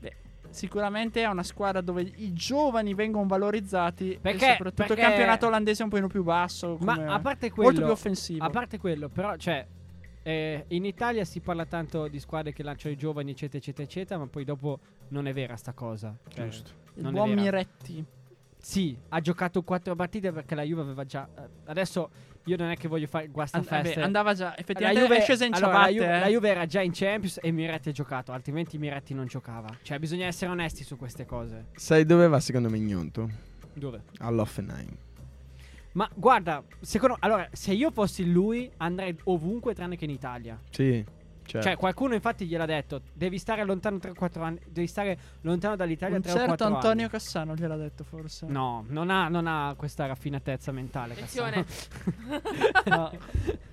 Speaker 4: Beh, sicuramente è una squadra dove i giovani vengono valorizzati.
Speaker 6: Perché-
Speaker 4: e soprattutto
Speaker 6: perché-
Speaker 4: il campionato olandese è un po' più basso.
Speaker 6: Ma
Speaker 4: come-
Speaker 6: a parte quello,
Speaker 4: molto più offensivo.
Speaker 6: A parte quello, però, cioè, eh, in Italia si parla tanto di squadre che lanciano i giovani, eccetera, eccetera, eccetera, ma poi dopo non è vera sta cosa. Cioè,
Speaker 5: Giusto.
Speaker 4: il
Speaker 6: non è
Speaker 4: buon
Speaker 6: vera.
Speaker 4: Miretti.
Speaker 6: Sì, ha giocato quattro partite perché la Juve aveva già. eh, adesso io non è che voglio fare guasta
Speaker 4: An- eh beh,
Speaker 6: feste.
Speaker 4: andava già,
Speaker 6: la
Speaker 4: effettivamente
Speaker 6: Juve,
Speaker 4: è scesa in
Speaker 6: allora, la,
Speaker 4: ciabatte.
Speaker 6: Juve,
Speaker 4: eh.
Speaker 6: la Juve era già in Champions e Miretti ha giocato, altrimenti Miretti non giocava. Cioè, bisogna essere onesti su queste cose.
Speaker 5: Sai dove va secondo me Gnonto?
Speaker 6: Dove?
Speaker 5: All'Offenheim.
Speaker 6: Ma guarda, secondo allora, se io fossi lui, andrei ovunque tranne che in Italia.
Speaker 5: Sì. Cioè,
Speaker 6: Cioè, qualcuno infatti gliel'ha detto, devi stare lontano 3-4 anni, devi stare lontano dall'Italia
Speaker 4: Un
Speaker 6: 3 o
Speaker 4: certo
Speaker 6: 4 anni.
Speaker 4: Antonio Cassano gliel'ha detto forse.
Speaker 6: No, non ha, non ha questa raffinatezza mentale.
Speaker 7: Attenzione.
Speaker 5: <laughs>
Speaker 7: <laughs>
Speaker 6: Cassano.
Speaker 4: No.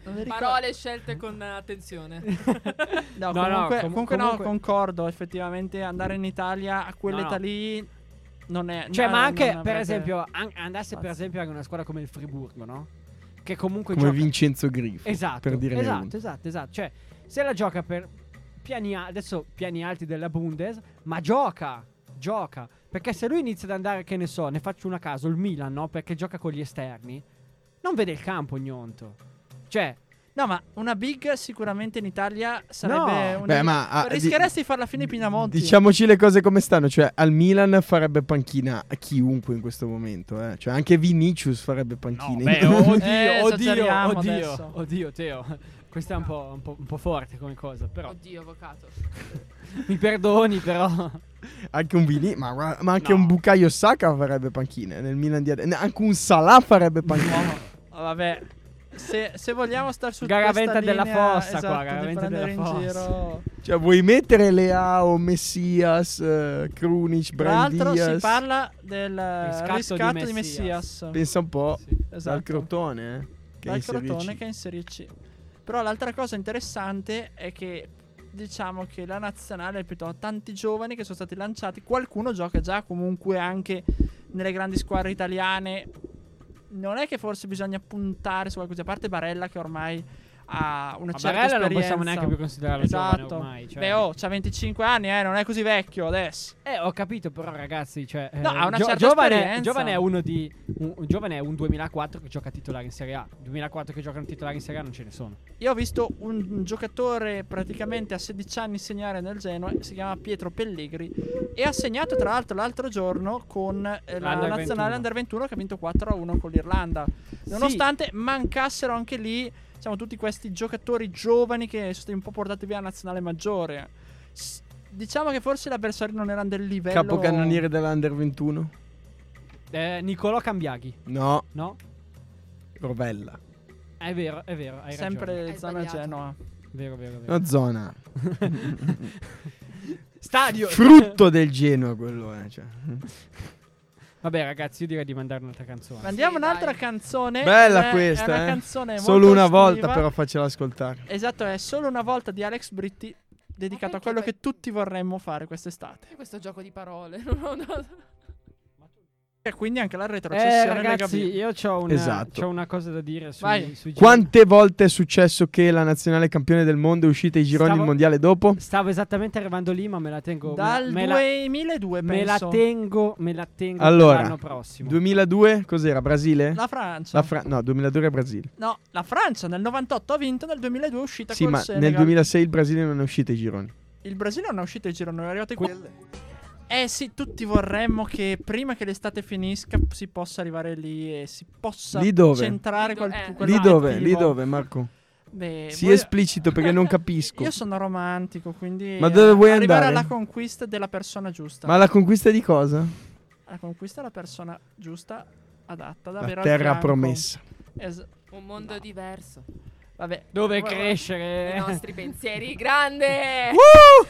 Speaker 4: Non mi ricordo.
Speaker 7: Parole scelte con attenzione.
Speaker 4: No,
Speaker 6: No, no,
Speaker 4: comunque,
Speaker 6: com-
Speaker 4: comunque
Speaker 6: comunque-
Speaker 4: no, concordo. Effettivamente andare in Italia a quell'età
Speaker 6: No, no.
Speaker 4: lì non è.
Speaker 6: <laughs> Cioè,
Speaker 4: no,
Speaker 6: ma
Speaker 4: no,
Speaker 6: anche,
Speaker 4: non
Speaker 6: per
Speaker 4: avrebbe-
Speaker 6: esempio, an- andasse per
Speaker 4: Pazzo.
Speaker 6: esempio anche una squadra come il Friburgo, no? Che comunque
Speaker 5: come
Speaker 6: gioca...
Speaker 5: Vincenzo Grifo.
Speaker 6: Esatto,
Speaker 5: Per dire
Speaker 6: esatto, esatto, esatto. Cioè, se la gioca per piani, a- adesso piani alti della Bundes, ma gioca, gioca. Perché se lui inizia ad andare, che ne so, ne faccio una a caso, il Milan, no? Perché gioca con gli esterni, non vede il campo Gnonto. Cioè,
Speaker 4: No, ma una big sicuramente in Italia sarebbe.
Speaker 6: No.
Speaker 4: una-
Speaker 5: Beh, ma, ah,
Speaker 4: esatto.
Speaker 5: diciamo-
Speaker 4: rischieresti di farla fine i Pinamonti.
Speaker 5: Diciamoci le cose come stanno, cioè al Milan farebbe panchina a chiunque in questo momento, eh. cioè anche Vinicius farebbe panchina.
Speaker 6: beh, oh, oddio,
Speaker 4: Eh, esageriamo
Speaker 6: oddio, oddio,
Speaker 4: adesso.
Speaker 6: oddio, Teo. <laughs> Questa è un po', un po'- un po' forte come cosa, però.
Speaker 7: Oddio, avvocato.
Speaker 6: Mi perdoni,
Speaker 4: <laughs>
Speaker 6: però.
Speaker 5: <laughs> Anche un Vini, ma, guarda- ma anche
Speaker 6: No.
Speaker 5: un Bucaio Saka farebbe panchina nel Milan di adesso. Anche un Salah farebbe panchina.
Speaker 4: Ah, vabbè. Se, se vogliamo star su
Speaker 6: Garaventa
Speaker 4: questa
Speaker 6: della
Speaker 4: linea,
Speaker 6: fossa qua,
Speaker 4: esatto, di
Speaker 6: Garaventa
Speaker 4: prendere
Speaker 6: della
Speaker 4: in
Speaker 6: fossa.
Speaker 4: giro.
Speaker 5: cioè vuoi mettere Leao, Messias, eh, Krunic,
Speaker 4: Tra l'altro si
Speaker 5: Brandias?
Speaker 4: parla del
Speaker 6: Riscatto
Speaker 4: riscatto,
Speaker 6: di
Speaker 4: di
Speaker 6: Messias.
Speaker 4: Messias.
Speaker 5: Pensa un po'
Speaker 4: Esatto.
Speaker 5: dal Crotone, eh, che è in
Speaker 4: dal
Speaker 5: Serie
Speaker 4: Crotone
Speaker 5: C.
Speaker 4: che è in Serie C. Però l'altra cosa interessante è che diciamo che la nazionale ha piuttosto tanti giovani che sono stati lanciati, qualcuno gioca già comunque anche nelle grandi squadre italiane non è che forse bisogna puntare su qualcosa, a parte Barella che ormai ha una
Speaker 6: Ma
Speaker 4: certa
Speaker 6: Barella non
Speaker 4: esperienza.
Speaker 6: possiamo neanche più considerarlo
Speaker 4: esatto.
Speaker 6: giovane ormai, cioè.
Speaker 4: Beh, oh, c'ha 25 anni, eh, non è così vecchio adesso.
Speaker 6: Eh, ho capito, però, ragazzi, cioè,
Speaker 4: No,
Speaker 6: eh,
Speaker 4: ha una certa
Speaker 6: giovane,
Speaker 4: esperienza.
Speaker 6: giovane è uno di. Un, un giovane è un 2004 che gioca titolare in Serie A. 2004 che giocano titolare in Serie A non ce ne sono.
Speaker 4: Io ho visto un giocatore praticamente a 16 anni segnare nel Genoa, si chiama Pietro Pellegri e ha segnato tra l'altro l'altro giorno con eh, la
Speaker 6: Under
Speaker 4: nazionale
Speaker 6: 21.
Speaker 4: Under 21 che ha vinto 4-1 con l'Irlanda. Nonostante mancassero anche lì diciamo, tutti questi giocatori giovani che sono stati un po' portati via alla nazionale maggiore. S- diciamo che forse gli avversari non erano del livello
Speaker 5: Capocannoniere dell'Under 21?
Speaker 6: Eh, Nicolò Cambiaghi,
Speaker 5: No,
Speaker 6: no?
Speaker 5: Rovella.
Speaker 6: È vero, è vero. Hai ragione.
Speaker 4: sempre
Speaker 7: Hai
Speaker 4: zona
Speaker 7: sbagliato.
Speaker 4: Genoa.
Speaker 6: Vero, vero, vero.
Speaker 5: Una zona.
Speaker 6: Stadio.
Speaker 5: <laughs> Frutto del Genoa quello, eh. cioè.
Speaker 6: Vabbè, ragazzi, io direi di mandare un'altra canzone. Eh,
Speaker 4: Mandiamo
Speaker 7: Sì,
Speaker 4: un'altra
Speaker 7: dai.
Speaker 4: canzone.
Speaker 5: Bella
Speaker 4: è-
Speaker 5: questa,
Speaker 4: è una
Speaker 5: eh.
Speaker 4: canzone
Speaker 5: Solo
Speaker 4: molto
Speaker 5: una volta
Speaker 4: estiva.
Speaker 5: però faccela ascoltare.
Speaker 4: Esatto, è solo una volta di Alex Britti dedicato a
Speaker 7: perché
Speaker 4: quello
Speaker 7: poi-
Speaker 4: che tutti vorremmo fare quest'estate.
Speaker 7: Questo gioco di parole. <laughs> non ho- non-
Speaker 4: E quindi anche la retrocessione.
Speaker 6: Eh,
Speaker 4: Lega
Speaker 6: ragazzi,
Speaker 4: B.
Speaker 6: io ho una,
Speaker 5: Esatto.
Speaker 6: c'ho una cosa da dire sui,
Speaker 4: Vai.
Speaker 6: sui giri.
Speaker 5: Quante volte è successo che la nazionale campione del mondo è uscita ai gironi
Speaker 6: Stavo-
Speaker 5: del mondiale dopo?
Speaker 6: Stavo esattamente arrivando lì, ma me la tengo.
Speaker 4: Dal
Speaker 6: me, la,
Speaker 4: 2002
Speaker 6: me la
Speaker 4: penso.
Speaker 6: tengo, me la tengo per
Speaker 5: Allora,
Speaker 6: l'anno prossimo.
Speaker 5: 2002 cos'era? Brasile?
Speaker 4: la Francia.
Speaker 5: La Fra- no, 2002 è Brasile.
Speaker 4: no, la Francia nel 98 ha vinto, nel 2002 è uscita
Speaker 5: Sì,
Speaker 4: col
Speaker 5: ma
Speaker 4: Senegal.
Speaker 5: nel 2006 il Brasile non è uscito ai gironi.
Speaker 4: Il Brasile non è uscito il girone, è arrivato ai quarti. Eh sì, tutti vorremmo che prima che l'estate finisca si possa arrivare lì e si possa
Speaker 5: Lì dove?
Speaker 4: centrare
Speaker 7: Lì
Speaker 4: quel,
Speaker 7: do- eh.
Speaker 4: quell'obiettivo.
Speaker 5: Lì dove? Lì dove, Marco?
Speaker 4: Beh,
Speaker 5: Sii
Speaker 4: voi-
Speaker 5: esplicito perché
Speaker 4: <laughs>
Speaker 5: non capisco.
Speaker 4: Io sono romantico, quindi
Speaker 5: Ma dove
Speaker 4: eh,
Speaker 5: vuoi
Speaker 4: arrivare
Speaker 5: andare?
Speaker 4: alla conquista della persona giusta.
Speaker 5: Ma la conquista di cosa?
Speaker 4: La conquista è la persona giusta, adatta ad avere
Speaker 5: La
Speaker 4: al
Speaker 5: terra
Speaker 4: fianco.
Speaker 5: promessa.
Speaker 4: Es- eh,
Speaker 7: Un mondo diverso.
Speaker 4: vabbè.
Speaker 6: Dove
Speaker 4: Guarda-
Speaker 7: I
Speaker 6: crescere?
Speaker 7: nostri
Speaker 4: <laughs>
Speaker 7: pensieri. Grande.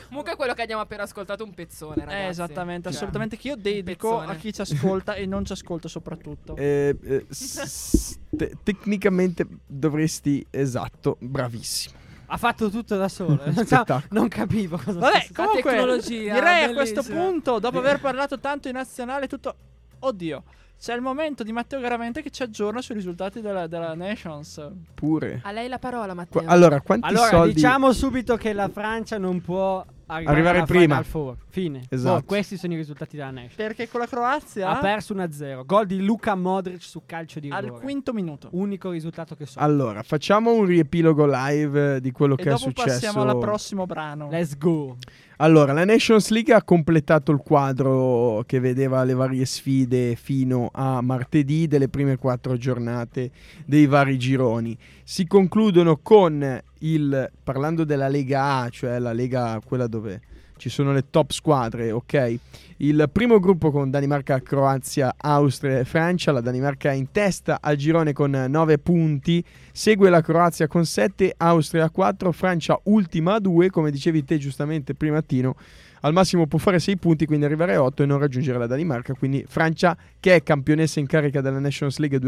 Speaker 7: Comunque quello che abbiamo appena ascoltato è un pezzone, ragazzi.
Speaker 4: Eh, esattamente,
Speaker 7: Cioè,
Speaker 4: assolutamente che io dedico
Speaker 7: pezzone.
Speaker 4: a chi ci ascolta e non ci ascolta soprattutto.
Speaker 5: Eh, eh, s- te- tecnicamente dovresti, esatto, bravissimo.
Speaker 6: Ha fatto tutto da
Speaker 5: <laughs>
Speaker 6: solo. non, sa-
Speaker 5: Spettacolo.
Speaker 6: non capivo cosa
Speaker 4: Vabbè,
Speaker 7: La
Speaker 4: comunque
Speaker 7: tecnologia,
Speaker 4: direi a questo
Speaker 7: bellissima.
Speaker 4: punto, dopo aver parlato tanto in nazionale tutto Oddio, c'è il momento di Matteo Garavente che ci aggiorna sui risultati della, della Nations.
Speaker 5: Pure.
Speaker 7: A lei la parola, Matteo.
Speaker 5: Qua- allora, quanti
Speaker 6: Allora,
Speaker 5: soldi?
Speaker 6: diciamo subito che la Francia non può arrivare,
Speaker 5: Arrivare
Speaker 6: alla
Speaker 5: prima.
Speaker 6: Final Four. Fine.
Speaker 5: Esatto.
Speaker 6: Boh, questi sono i risultati della Nash.
Speaker 4: Perché con la Croazia
Speaker 6: Ha perso 1-0. Gol di Luca Modric su calcio di
Speaker 4: eh? al
Speaker 6: rigore.
Speaker 4: quinto minuto.
Speaker 6: Unico risultato che so.
Speaker 5: Allora, facciamo un riepilogo live eh, di quello
Speaker 4: e
Speaker 5: che è
Speaker 4: dopo
Speaker 5: successo.
Speaker 4: passiamo al prossimo brano.
Speaker 6: Let's go.
Speaker 5: Allora, la Nations League ha completato il quadro che vedeva le varie sfide fino a martedì delle prime quattro giornate dei vari gironi. Si concludono con il, parlando della Lega A, cioè la Lega quella dove ci sono le top squadre, ok? Il primo gruppo con Danimarca, Croazia, Austria e Francia, la Danimarca è in testa al girone con 9 punti, Segue la Croazia con 7, Austria 4, Francia ultima a 2, come dicevi te giustamente primattino. Al massimo può fare 6 punti, quindi arrivare a 8 e non raggiungere la Danimarca. Quindi Francia, che è campionessa in carica della Nations League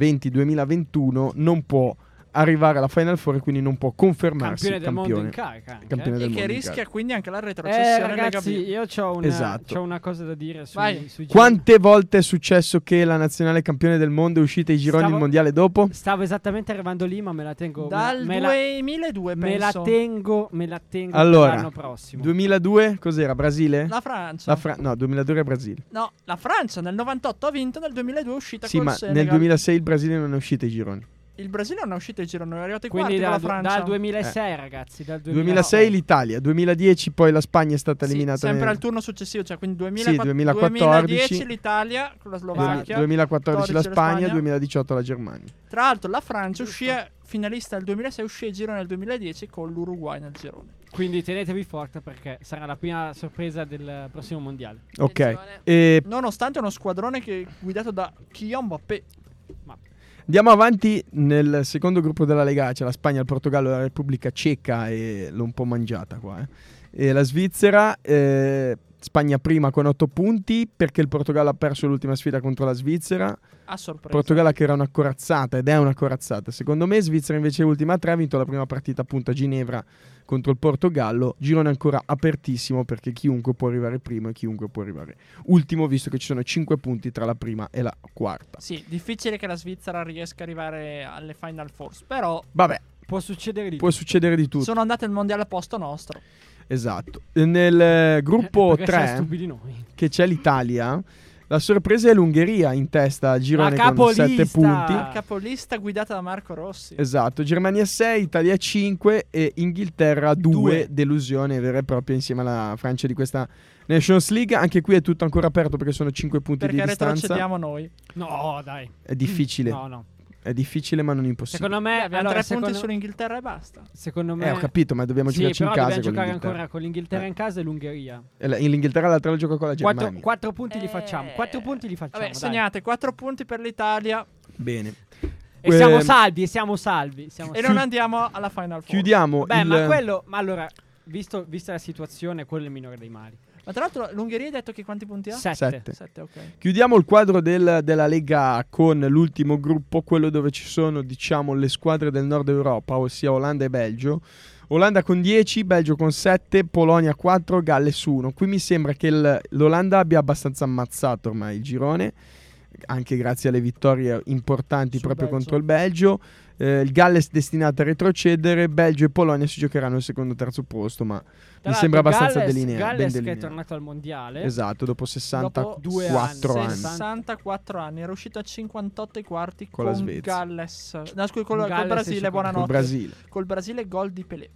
Speaker 5: 2020-2021, non può arrivare alla Final Four e quindi non può confermarsi
Speaker 6: Campione del mondo in
Speaker 5: campione.
Speaker 6: carica. anche, eh.
Speaker 5: Campione del
Speaker 4: e che
Speaker 5: mondo in
Speaker 4: rischia
Speaker 5: carica.
Speaker 4: quindi anche la
Speaker 6: Eh,
Speaker 4: retrocessione Lega
Speaker 6: ragazzi,
Speaker 4: B.
Speaker 6: io ho una,
Speaker 5: Esatto.
Speaker 6: c'ho una cosa da dire sui,
Speaker 4: Vai.
Speaker 6: sui giri.
Speaker 5: Quante volte è successo che la nazionale campione del mondo è uscita ai gironi
Speaker 6: Stavo-
Speaker 5: del mondiale dopo?
Speaker 6: Stavo esattamente arrivando lì, ma me la tengo.
Speaker 4: Dal
Speaker 6: me la,
Speaker 4: 2002
Speaker 6: me la
Speaker 4: penso.
Speaker 6: tengo, me la tengo per
Speaker 5: Allora,
Speaker 6: l'anno prossimo.
Speaker 5: 2002 cos'era? Brasile?
Speaker 4: La Francia.
Speaker 5: La Fra- no, 2002 è Brasile.
Speaker 4: no, la Francia nel 98 ha vinto, nel 2002 è uscita
Speaker 5: Sì,
Speaker 4: col
Speaker 5: ma
Speaker 4: Senegal.
Speaker 5: nel 2006 il Brasile non è uscito ai gironi.
Speaker 4: Il Brasile non è uscito il girone, è arrivato ai
Speaker 6: Quindi
Speaker 4: quarti
Speaker 6: dal,
Speaker 4: dalla
Speaker 6: du-
Speaker 4: Francia.
Speaker 6: dal 2006,
Speaker 5: Eh.
Speaker 6: ragazzi. Dal
Speaker 5: 2006 l'Italia, 2010 poi la Spagna è stata
Speaker 4: oh. Sì,
Speaker 5: eliminata.
Speaker 4: sempre
Speaker 5: nel-
Speaker 4: al turno successivo, cioè quindi
Speaker 5: Sì,
Speaker 4: 2004,
Speaker 5: 2014.
Speaker 4: 2010 l'Italia con la
Speaker 5: Esatto,
Speaker 4: Slovacchia.
Speaker 5: 2014 la
Speaker 4: 14
Speaker 5: Spagna, 2018 la Germania.
Speaker 4: Tra l'altro la Francia uscì eh, finalista nel 2006, uscì il girone nel 2010 con l'Uruguay nel girone.
Speaker 6: Quindi tenetevi forte perché sarà la prima sorpresa del prossimo mondiale.
Speaker 5: Ok.
Speaker 7: Attenzione.
Speaker 5: E
Speaker 4: Nonostante uno squadrone che guidato da Kylian Mbappé.
Speaker 5: andiamo avanti nel secondo gruppo della Lega, A, c'è la Spagna, il Portogallo, la Repubblica Ceca e l'ho un po' mangiata qua. eh. E la Svizzera eh, Spagna prima con 8 punti perché il Portogallo ha perso l'ultima sfida contro la Svizzera.
Speaker 4: A sorpresa.
Speaker 5: Portogallo che era una corazzata ed è una corazzata. Secondo me Svizzera invece è ultima a tre ha vinto la prima partita appunto a Ginevra contro il Portogallo. Girone ancora apertissimo perché chiunque può arrivare primo e chiunque può arrivare ultimo visto che ci sono 5 punti tra la prima e la quarta.
Speaker 4: Sì, difficile che la Svizzera riesca ad arrivare alle Final Four, però
Speaker 5: Vabbè,
Speaker 6: Può succedere di
Speaker 5: può succedere di tutto.
Speaker 4: sono andate al mondiale a posto nostro.
Speaker 5: Esatto. Nel eh, gruppo
Speaker 6: Perché siamo
Speaker 5: 3
Speaker 6: stupidi noi.
Speaker 5: che c'è l'Italia, la sorpresa è l'Ungheria in testa a girone
Speaker 6: La
Speaker 5: con 7
Speaker 6: capolista!
Speaker 5: punti.
Speaker 4: La capolista guidata da Marco Rossi.
Speaker 5: Esatto, Germania 6, Italia 5 e Inghilterra 2,
Speaker 6: Due.
Speaker 5: delusione vera e propria insieme alla Francia di questa Nations League. Anche qui è tutto ancora aperto perché sono 5 punti
Speaker 4: perché
Speaker 5: di distanza.
Speaker 4: retrocediamo noi.
Speaker 6: No, dai.
Speaker 5: È difficile,
Speaker 6: No, no.
Speaker 5: è difficile ma non impossibile.
Speaker 6: Secondo me,
Speaker 4: Abbiamo
Speaker 6: allora,
Speaker 4: tre
Speaker 6: secondo,
Speaker 4: punti sull'Inghilterra e basta.
Speaker 6: secondo me
Speaker 5: Eh, ho capito, ma dobbiamo
Speaker 6: Sì,
Speaker 5: giocarci in
Speaker 6: però
Speaker 5: casa con
Speaker 6: dobbiamo giocare
Speaker 5: l'Inghilterra. Eh.
Speaker 6: ancora con l'Inghilterra in casa e l'Ungheria.
Speaker 5: E la- L'Inghilterra l'altra la gioca con la Germania.
Speaker 6: Quattro, quattro punti li
Speaker 7: Eh.
Speaker 6: facciamo. Quattro punti li facciamo.
Speaker 4: Vabbè,
Speaker 6: dai.
Speaker 4: segnate 4 punti per l'Italia
Speaker 5: Oh, Bene.
Speaker 6: E siamo
Speaker 5: Eh,
Speaker 6: salvi, e siamo salvi. Siamo
Speaker 4: e non andiamo alla Final Four.
Speaker 5: Chiudiamo
Speaker 6: Beh,
Speaker 5: il...
Speaker 6: ma quello. Ma allora, visto, vista la situazione, quello è il minore dei mali.
Speaker 4: Ma tra l'altro l'Ungheria hai detto che quanti punti ha?
Speaker 6: Sette.
Speaker 5: Sette.
Speaker 4: 7, ok.
Speaker 5: Chiudiamo il quadro del- della Lega con l'ultimo gruppo, quello dove ci sono diciamo le squadre del nord Europa, ossia Olanda e Belgio. Olanda con 10, Belgio con 7, Polonia 4, Galles 1. Qui mi sembra che il- l'Olanda abbia abbastanza ammazzato ormai il girone, anche grazie alle vittorie importanti
Speaker 4: Sul
Speaker 5: proprio
Speaker 4: Belgio.
Speaker 5: contro il Belgio. Eh, il Galles destinato a retrocedere, Belgio e Polonia si giocheranno il secondo e terzo posto, ma
Speaker 6: Tra
Speaker 5: mi sembra
Speaker 6: l'altro,
Speaker 5: abbastanza
Speaker 6: Galles,
Speaker 5: delinea- ben
Speaker 6: Galles che è
Speaker 5: delineato.
Speaker 6: tornato al mondiale.
Speaker 5: Esatto, dopo 64
Speaker 6: due anni,
Speaker 5: anni.
Speaker 4: 64 anni, era uscito a 58 e quarti
Speaker 5: Con
Speaker 4: con,
Speaker 5: la Svezia.
Speaker 4: Galles. No, scusi, col,
Speaker 6: Con
Speaker 4: col
Speaker 6: Galles e
Speaker 4: Brasile,
Speaker 6: cinquanta-
Speaker 4: buonanotte.
Speaker 5: Col Brasile.
Speaker 4: Col Brasile gol di Pelé.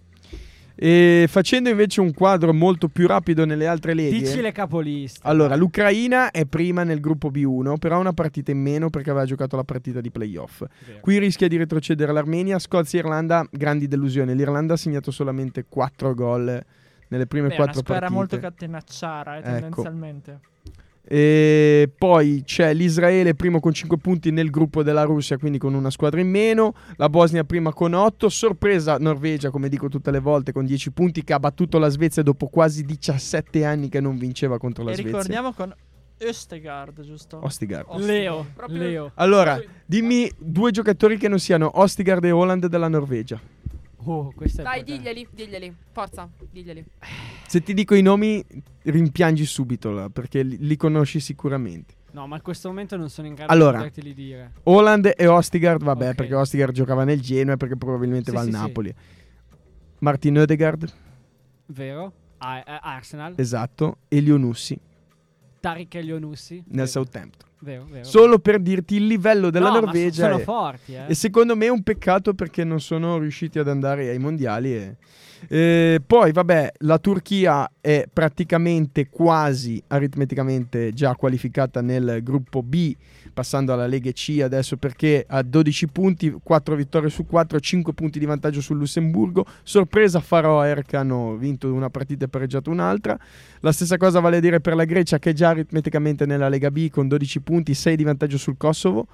Speaker 5: E facendo invece un quadro molto più rapido nelle altre leghe.
Speaker 6: Dici le capoliste.
Speaker 5: Allora, l'Ucraina è prima nel gruppo B1, però ha una partita in meno perché aveva giocato la partita di playoff.
Speaker 6: Vero.
Speaker 5: Qui rischia di retrocedere l'Armenia, Scozia e Irlanda, grandi delusioni. L'Irlanda ha segnato solamente 4 gol nelle prime
Speaker 4: Beh, è una
Speaker 5: 4 partite.
Speaker 4: squadra
Speaker 5: Ecco.
Speaker 4: molto catenacciara, eh, tendenzialmente.
Speaker 5: E poi c'è l'Israele primo con 5 punti nel gruppo della Russia, quindi con una squadra in meno. La Bosnia prima con 8. Sorpresa Norvegia, come dico tutte le volte, con 10 punti che ha battuto la Svezia dopo quasi 17 anni che non vinceva contro la
Speaker 4: e
Speaker 5: Svezia.
Speaker 4: ricordiamo con Östegard, giusto?
Speaker 5: Ostigar.
Speaker 4: Osti-
Speaker 6: Oh, Leo,
Speaker 7: Proprio-
Speaker 6: Leo.
Speaker 5: Allora, dimmi due giocatori che non siano Ostigar e Holland della Norvegia.
Speaker 6: Oh, questo è
Speaker 7: Dai,
Speaker 6: importante.
Speaker 7: diglieli, diglieli. Forza, diglieli.
Speaker 5: Se ti dico i nomi, rimpiangi subito là, perché li, li conosci sicuramente.
Speaker 6: No, ma in questo momento non sono in grado
Speaker 5: Allora.
Speaker 6: di poterteli dire.
Speaker 5: Holland e Ostigard, vabbè,
Speaker 6: Ok.
Speaker 5: perché Ostigard giocava nel Genoa e perché probabilmente
Speaker 6: Sì,
Speaker 5: va al
Speaker 6: sì, sì.
Speaker 5: Napoli. Martin Odegaard,
Speaker 6: Vero? Ah, eh, Arsenal.
Speaker 5: esatto, e Lionussi
Speaker 6: Tariq Elionussi.
Speaker 5: nel
Speaker 6: Vero,
Speaker 5: Southampton.
Speaker 6: Vero, vero.
Speaker 5: Solo per dirti il livello della
Speaker 6: Eh, No, ma so-
Speaker 5: Norvegia.
Speaker 6: sono
Speaker 5: è-
Speaker 6: forti, eh.
Speaker 5: E secondo me è un peccato perché non sono riusciti ad andare ai mondiali. e- Eh, poi, vabbè, la Turchia è praticamente quasi aritmeticamente già qualificata nel gruppo B, passando alla Lega C adesso perché ha 12 punti, 4 vittorie su 4, 5 punti di vantaggio sul Lussemburgo. Sorpresa Faro Air che hanno vinto una partita e pareggiato un'altra. La stessa cosa vale a dire per la Grecia che è già aritmeticamente nella Lega B con 12 punti, 6 di vantaggio sul Kosovo.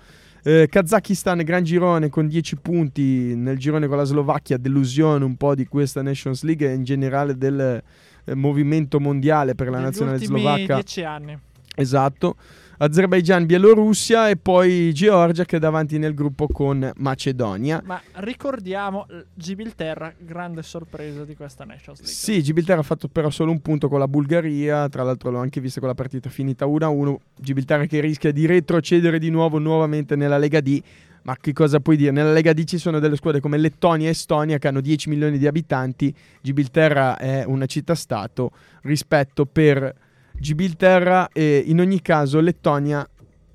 Speaker 5: Eh, Kazakistan, gran girone con 10 punti nel girone con la Slovacchia, delusione un po' di questa Nations League e in generale del eh, movimento mondiale per la
Speaker 4: Degli
Speaker 5: nazionale
Speaker 4: ultimi
Speaker 5: slovacca.
Speaker 4: 10 anni.
Speaker 5: Esatto. Azerbaijan, Bielorussia e poi Georgia che è davanti nel gruppo con Macedonia.
Speaker 4: Ma ricordiamo eh, Gibilterra, grande sorpresa di questa Nations League.
Speaker 5: Sì, Gibilterra ha fatto però solo un punto con la Bulgaria, tra l'altro l'ho anche vista con la partita finita 1-1, Gibilterra che rischia di retrocedere di nuovo nuovamente nella Lega D, ma che cosa puoi dire? Nella Lega D ci sono delle squadre come Lettonia e Estonia che hanno 10 milioni di abitanti, Gibilterra è una città-stato, rispetto per Gibilterra e in ogni caso Lettonia,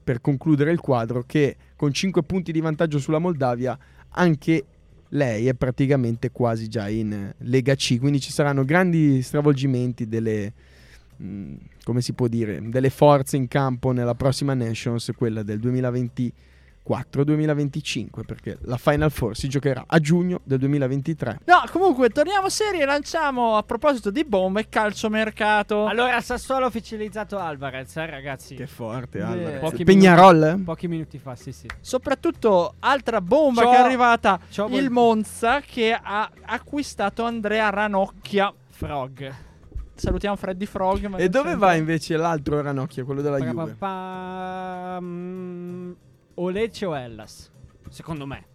Speaker 5: per concludere il quadro, che con 5 punti di vantaggio sulla Moldavia anche lei è praticamente quasi già in eh, Lega C, quindi ci saranno grandi stravolgimenti delle, mh, come si può dire, delle forze in campo nella prossima Nations, quella del 2024-2025, perché la Final Four si giocherà a giugno del 2023.
Speaker 4: No, comunque, torniamo seri e lanciamo a proposito di bombe calciomercato.
Speaker 6: Allora, Sassuolo ha ufficializzato Alvarez, eh, ragazzi.
Speaker 5: Che forte,
Speaker 4: Alvarez.
Speaker 6: Pochi
Speaker 5: Peñarol? eh?
Speaker 6: Pochi minuti fa, sì, sì.
Speaker 4: Soprattutto, altra bomba
Speaker 6: Ciò-
Speaker 4: che è arrivata,
Speaker 6: ciò vuol-
Speaker 4: il Monza che ha acquistato Andrea Ranocchia.
Speaker 6: Frog.
Speaker 4: Salutiamo Freddy Frog. ma
Speaker 5: E
Speaker 4: non
Speaker 5: dove
Speaker 4: c'entra.
Speaker 5: va invece l'altro ranocchio, quello della
Speaker 6: Pa-
Speaker 5: Juve?
Speaker 6: pa- mm, O Lecce o Hellas? Secondo me.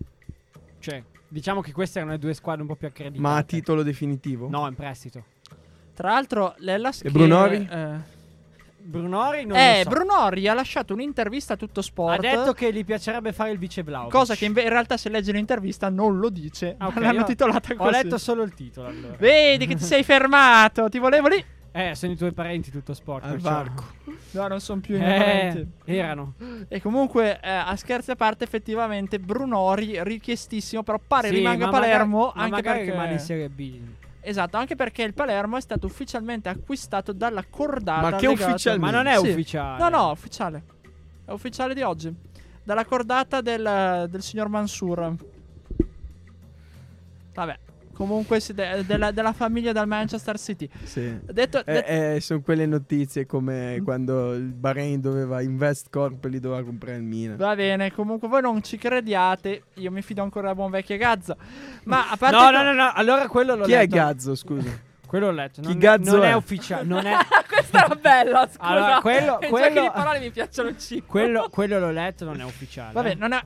Speaker 6: Cioè, diciamo che queste erano le due squadre un po' più accreditate.
Speaker 5: Ma a titolo definitivo?
Speaker 6: No, in prestito.
Speaker 4: Tra l'altro, l'Ellas.
Speaker 5: E Brunori?
Speaker 4: Eh,
Speaker 6: Brunori non
Speaker 4: eh,
Speaker 6: lo so.
Speaker 4: Brunori ha lasciato un'intervista a tutto sport.
Speaker 6: ha detto che gli piacerebbe fare il vice Vlaovic.
Speaker 4: Cosa che inve- in realtà, se leggi l'intervista, non lo dice.
Speaker 6: Ah, ok,
Speaker 4: ma l'hanno
Speaker 6: io
Speaker 4: titolata così.
Speaker 6: Ho letto solo il titolo allora.
Speaker 4: Vedi che ti
Speaker 6: <laughs>
Speaker 4: sei fermato. Ti volevo lì.
Speaker 6: Eh, sono i tuoi parenti tutto sport.
Speaker 5: Al
Speaker 6: perciò-
Speaker 5: varco.
Speaker 4: No, non sono più in
Speaker 6: Eh, erano.
Speaker 4: E comunque, eh, a scherzi a parte, effettivamente Brunori richiestissimo, però pare
Speaker 6: Sì,
Speaker 4: rimanga a
Speaker 6: ma
Speaker 4: Palermo
Speaker 6: magari- ma
Speaker 4: anche
Speaker 6: magari
Speaker 4: perché
Speaker 6: rimane in Serie B.
Speaker 4: Esatto, anche perché il Palermo è stato ufficialmente acquistato dalla cordata
Speaker 5: Ma che
Speaker 4: legata-
Speaker 5: ufficialmente?
Speaker 6: Ma non è
Speaker 4: Sì.
Speaker 6: ufficiale.
Speaker 4: No, no, ufficiale. È ufficiale di oggi. Dalla cordata del, del signor Mansur. Vabbè, comunque si- de- della, della famiglia del Manchester City.
Speaker 5: Sì.
Speaker 4: Detto, det-
Speaker 5: Eh, eh, sono quelle notizie come quando il Bahrain doveva Invest Corp e li doveva comprare il Milan.
Speaker 4: Va bene, comunque voi non ci crediate. Io mi fido ancora da buon vecchio Gazza. Ma a parte
Speaker 6: No,
Speaker 4: que-
Speaker 6: no, no, no, allora quello l'ho
Speaker 5: Chi
Speaker 6: letto.
Speaker 5: è Gazzo, scusa?
Speaker 6: Quello ho letto. Non,
Speaker 5: Chi Gazzo
Speaker 6: non è,
Speaker 5: è?
Speaker 6: ufficiale. Non è.
Speaker 7: Questa era bella, scusa.
Speaker 6: Allora, <laughs> quello-
Speaker 7: I
Speaker 6: quello-
Speaker 7: giochi di parole mi piacciono un ciclo.
Speaker 6: Quello, quello l'ho letto, non è ufficiale. eh.
Speaker 4: Vabbè, non è.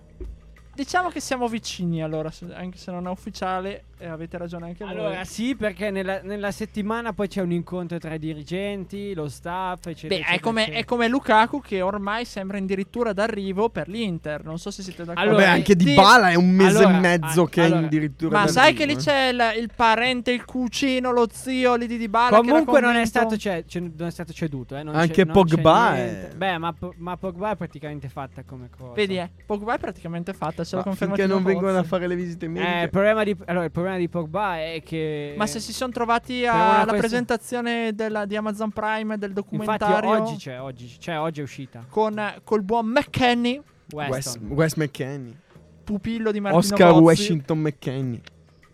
Speaker 4: Diciamo che siamo vicini allora, se- anche se non è ufficiale, e avete ragione anche voi.
Speaker 6: Allora, sì, perché nella, nella settimana poi c'è un incontro tra i dirigenti, lo staff, eccetera.
Speaker 4: Beh, è
Speaker 6: eccetera,
Speaker 4: come,
Speaker 6: eccetera.
Speaker 4: è come Lukaku che ormai sembra addirittura d'arrivo per l'Inter. Non so se siete d'accordo.
Speaker 6: Allora,
Speaker 5: Vabbè, anche
Speaker 4: Di-
Speaker 5: Di Bala è un mese
Speaker 6: allora,
Speaker 5: e mezzo
Speaker 6: ah,
Speaker 5: che
Speaker 6: allora,
Speaker 5: è addirittura.
Speaker 4: Ma
Speaker 5: in
Speaker 4: sai
Speaker 5: arrivo,
Speaker 4: che lì
Speaker 5: eh.
Speaker 4: c'è il, il parente, il cugino, lo zio lì di Dybala che era
Speaker 6: Comunque non è,
Speaker 4: convinto-
Speaker 6: stato ce- ce- non è stato ceduto. eh, non
Speaker 5: Anche
Speaker 6: c'è- non c'è
Speaker 5: Pogba è-
Speaker 6: niente. Beh, ma, Po- ma Pogba è praticamente fatta come cosa.
Speaker 4: Vedi, eh, Pogba è praticamente fatta, ce lo
Speaker 5: Ma
Speaker 4: conferma
Speaker 5: finché
Speaker 4: Tino
Speaker 5: non vengono a
Speaker 4: Bozzi.
Speaker 5: fare le visite
Speaker 6: Eh, il,
Speaker 5: mediche.
Speaker 6: problema di, allora, il problema di Pogba è che.
Speaker 4: Ma se si sono trovati
Speaker 6: una
Speaker 4: alla
Speaker 6: questione-
Speaker 4: presentazione della- di Amazon Prime del
Speaker 6: Infatti,
Speaker 4: documentario
Speaker 6: oggi c'è, oggi, cioè, oggi è uscita.
Speaker 4: con col buon McKenny,
Speaker 6: Weston,
Speaker 5: Wes, Wes McKennie.
Speaker 4: pupillo di Martino
Speaker 5: Oscar
Speaker 4: Bozzi.
Speaker 5: Washington McKennie.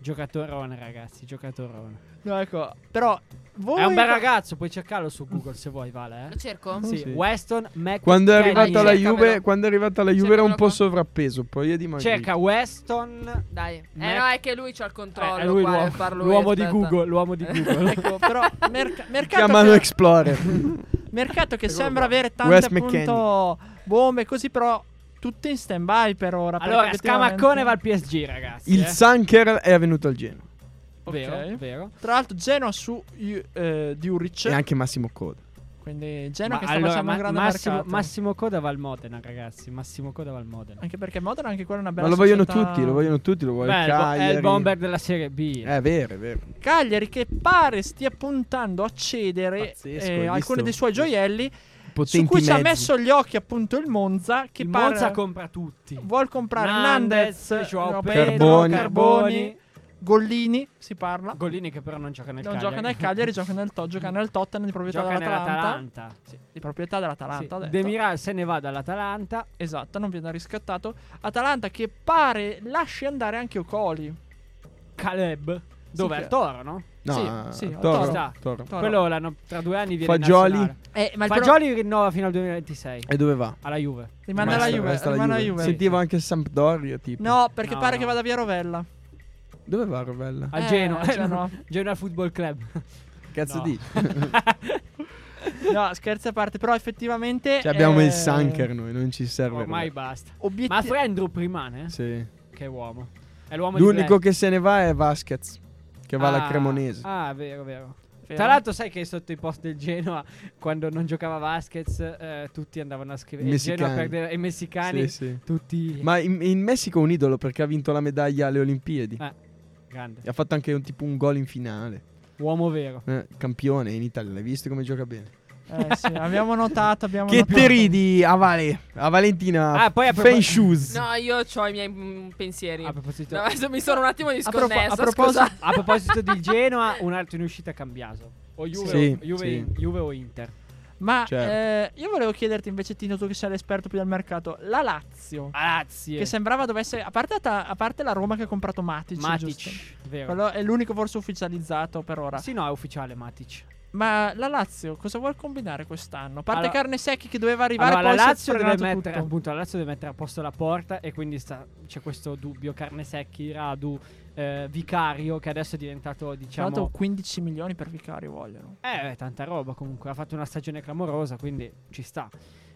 Speaker 6: giocatorone, ragazzi, giocatorone.
Speaker 4: No, ecco, però voi
Speaker 6: È un bel ragazzo, puoi cercarlo su Google se vuoi, vale.
Speaker 7: Lo
Speaker 6: Eh?
Speaker 7: cerco?
Speaker 6: Sì,
Speaker 5: Sì.
Speaker 6: Weston McKennie.
Speaker 5: Quando è arrivato alla
Speaker 7: Cercamelo.
Speaker 5: Juve, quando è arrivato alla Juve era un
Speaker 7: Cercamelo qua.
Speaker 5: po' sovrappeso, poi è dimagrito.
Speaker 6: Cerca Weston.
Speaker 7: Dai.
Speaker 6: Mac-
Speaker 7: Eh, no, è che lui c'ha il controllo.
Speaker 6: Eh, è lui
Speaker 7: qua,
Speaker 6: l'uomo,
Speaker 7: deve farlo lui,
Speaker 6: l'uomo di
Speaker 7: aspetta.
Speaker 6: Google, l'uomo di
Speaker 4: <laughs>
Speaker 6: Google.
Speaker 4: Ecco, però
Speaker 6: <laughs>
Speaker 4: merca- mercato,
Speaker 5: Chiamano
Speaker 4: che,
Speaker 5: Explorer.
Speaker 4: mercato che sembra avere
Speaker 5: Wes
Speaker 4: tante appunto
Speaker 5: McKennie.
Speaker 4: bombe così, però tutte in stand by per ora. perché
Speaker 6: allora,
Speaker 4: effettivamente-
Speaker 6: Scamaccone va al PSG, ragazzi.
Speaker 5: Il
Speaker 6: eh.
Speaker 5: Sanker è venuto al Genoa.
Speaker 6: vero,
Speaker 4: Ok.
Speaker 6: vero.
Speaker 4: Tra l'altro Genoa su Ju- eh, Diuric,
Speaker 6: Cioè-
Speaker 5: E anche Massimo Coda.
Speaker 4: quindi Genoa
Speaker 6: Ma
Speaker 4: che sta
Speaker 6: allora,
Speaker 4: facendo un
Speaker 6: Ma-
Speaker 4: grande
Speaker 6: Massimo,
Speaker 4: mercato.
Speaker 6: Massimo Coda va al Modena, ragazzi. Massimo Coda va al Modena.
Speaker 4: Anche perché Modena anche quella è una bella
Speaker 5: Ma lo vogliono
Speaker 4: società.
Speaker 5: tutti, lo vogliono tutti, lo vuole
Speaker 6: Beh, è il bo- è il
Speaker 5: Cagliari.
Speaker 6: bomber della Serie B.
Speaker 5: Eh, È vero, è vero.
Speaker 4: Cagliari che pare stia puntando a cedere
Speaker 5: Pazzesco,
Speaker 4: eh,
Speaker 5: hai visto?
Speaker 4: alcuni dei suoi gioielli
Speaker 5: Potenti
Speaker 4: su cui ci ha
Speaker 5: mezzi.
Speaker 4: messo gli occhi appunto il Monza che
Speaker 6: Che il
Speaker 4: pare
Speaker 6: Monza compra tutti.
Speaker 4: vuol comprare
Speaker 6: Hernandez,
Speaker 4: Nandez,
Speaker 6: Joao
Speaker 4: Joao
Speaker 6: Pedro,
Speaker 5: Carboni.
Speaker 4: Carboni, Gollini si parla.
Speaker 6: Golini che però non gioca nel
Speaker 4: non
Speaker 6: Cagliari.
Speaker 4: gioca nel Cagliari, gioca nel, To- gioca nel Tottenham di proprietà
Speaker 6: Gioca
Speaker 4: dell'Atalanta.
Speaker 6: nell'Atalanta.
Speaker 4: Sì, di proprietà dell'Atalanta. ho
Speaker 6: Sì,
Speaker 4: detto.
Speaker 6: Demiral se ne va dall'Atalanta.
Speaker 4: Esatto, non viene riscattato. Atalanta che pare lasci andare anche Ocoli.
Speaker 6: Caleb. Dove?
Speaker 4: che-
Speaker 6: Al Toro, no?
Speaker 5: No,
Speaker 4: Sì, sì, al
Speaker 5: Toro,
Speaker 4: Toro.
Speaker 6: Sta.
Speaker 5: Toro.
Speaker 4: Toro.
Speaker 6: Quello l'hanno, tra due anni viene in
Speaker 5: Fagioli?
Speaker 6: nazionale.
Speaker 4: Eh, ma il pro-
Speaker 6: Fagioli rinnova fino al 2026
Speaker 5: E dove va?
Speaker 6: alla Juve.
Speaker 4: rimane alla
Speaker 5: Resta-
Speaker 4: Juve,
Speaker 5: resta la
Speaker 4: rimane alla Juve.
Speaker 5: Sentivo anche Sampdoria, tipo.
Speaker 4: No, perché
Speaker 6: No,
Speaker 4: pare
Speaker 6: no.
Speaker 4: che vada via Rovella.
Speaker 5: Dove va Rovella?
Speaker 6: A
Speaker 4: Eh,
Speaker 6: Genoa.
Speaker 4: a Genoa.
Speaker 6: <laughs> Genoa Football Club.
Speaker 5: Cazzo
Speaker 4: <laughs>
Speaker 6: no.
Speaker 5: dici?
Speaker 4: No, scherzi a parte, però effettivamente
Speaker 5: Cioè, abbiamo
Speaker 4: eh,
Speaker 5: il Sanker noi, non ci serve.
Speaker 4: <laughs>
Speaker 6: Ormai basta.
Speaker 4: obietti-
Speaker 6: Ma Frendrup rimane?
Speaker 5: Sì.
Speaker 6: Che uomo. È l'uomo
Speaker 5: L'unico
Speaker 6: di
Speaker 5: che se ne va è Vasquez, che va alla
Speaker 6: Ah,
Speaker 5: Cremonese.
Speaker 6: Ah, vero, vero.
Speaker 4: Vero.
Speaker 6: Tra l'altro, sai che sotto i post del Genoa, quando non giocava Vasquez, eh, tutti andavano a scrivere.
Speaker 5: I
Speaker 6: il Genoa
Speaker 5: messicani.
Speaker 6: perdeva- I messicani,
Speaker 5: Sì, sì.
Speaker 6: tutti.
Speaker 5: Ma in, in Messico è un idolo perché ha vinto la medaglia alle Olimpiadi.
Speaker 6: Eh, grande.
Speaker 5: E ha fatto anche un, tipo un gol in finale.
Speaker 6: Uomo vero.
Speaker 5: Eh, campione in Italia, l'hai visto come gioca bene?
Speaker 4: Eh, sì, abbiamo notato, abbiamo
Speaker 5: Che
Speaker 4: notato.
Speaker 5: te ridi a Vale, a Valentina.
Speaker 6: Ah, poi a
Speaker 5: Fan
Speaker 6: propos-
Speaker 5: shoes.
Speaker 7: No, io ho i miei mm, pensieri.
Speaker 6: A proposito,
Speaker 7: No, adesso mi sono un attimo
Speaker 4: A, propo-
Speaker 7: disconnesso.
Speaker 4: a proposito,
Speaker 6: Ah, <laughs> a proposito di Genoa, un altro in uscita cambiato. O Juve,
Speaker 5: Sì,
Speaker 6: o, Juve,
Speaker 5: sì.
Speaker 6: Juve o Inter.
Speaker 4: ma
Speaker 5: Certo.
Speaker 4: eh, io volevo chiederti invece, Tino, tu che sei l'esperto più del mercato, la Lazio,
Speaker 6: Grazie.
Speaker 4: che sembrava dovesse, a parte, ta- a parte la Roma che ha comprato Matic, giusto?
Speaker 6: Matic. Vero.
Speaker 4: Quello è l'unico forse ufficializzato per ora.
Speaker 6: Sì, no, è ufficiale Matic.
Speaker 4: Ma la Lazio cosa vuol combinare quest'anno? A parte
Speaker 6: Allora-
Speaker 4: carne secchi che doveva arrivare
Speaker 6: Allora, la
Speaker 4: poi si è
Speaker 6: Lazio, deve
Speaker 4: frenato
Speaker 6: mettere,
Speaker 4: tutto.
Speaker 6: appunto, la Lazio deve mettere a posto la porta e quindi sta- c'è questo dubbio carne secchi, Radu, eh, Vicario che adesso è diventato
Speaker 4: Tra l'altro
Speaker 6: diciamo...
Speaker 4: 15 milioni per Vicario vogliono.
Speaker 6: Eh, tanta roba comunque, ha fatto una stagione clamorosa quindi ci sta.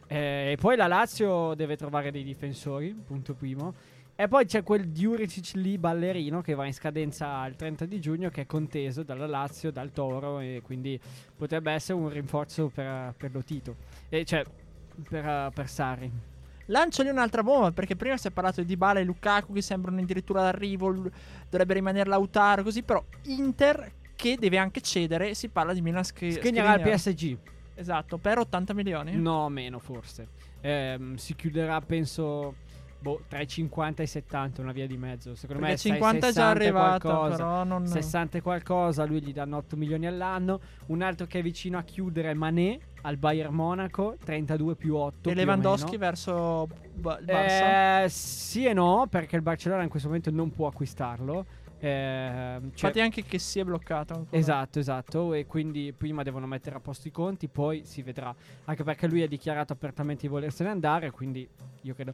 Speaker 6: Eh, e poi la Lazio deve trovare dei difensori, punto primo. E poi c'è quel Diuricic lì ballerino che va in scadenza il 30 di giugno che è conteso dalla Lazio, dal Toro e quindi potrebbe essere un rinforzo per, per Lotito. E cioè per, per Sarri.
Speaker 4: Lanciali un'altra bomba perché prima si è parlato di Dybala e Lukaku che sembrano addirittura d'arrivo, l- dovrebbe rimanere Lautaro così, però Inter che deve anche cedere, si parla di Milan che
Speaker 6: Skriniar al PSG.
Speaker 4: Esatto, per 80 milioni.
Speaker 6: No, meno forse. Ehm, si chiuderà, penso, boh, tra i 50 e i 70, una via di mezzo. Secondo
Speaker 4: Perché
Speaker 6: me sai,
Speaker 4: 50 è già
Speaker 6: 60 e
Speaker 4: arrivato,
Speaker 6: qualcosa.
Speaker 4: però non-
Speaker 6: 60 e qualcosa, lui gli danno 8 milioni all'anno. Un altro che è vicino a chiudere è Mané al Bayern Monaco, 32 più 8.
Speaker 4: e
Speaker 6: più o
Speaker 4: Lewandowski
Speaker 6: meno.
Speaker 4: verso Ba- il Barça.
Speaker 6: Eh, sì e no, perché il Barcellona in questo momento non può acquistarlo. Ehm, cioè-
Speaker 4: Infatti anche che si è bloccato ancora.
Speaker 6: Esatto, esatto. E quindi prima devono mettere a posto i conti, poi si vedrà. Anche perché lui ha dichiarato apertamente di volersene andare, quindi io credo.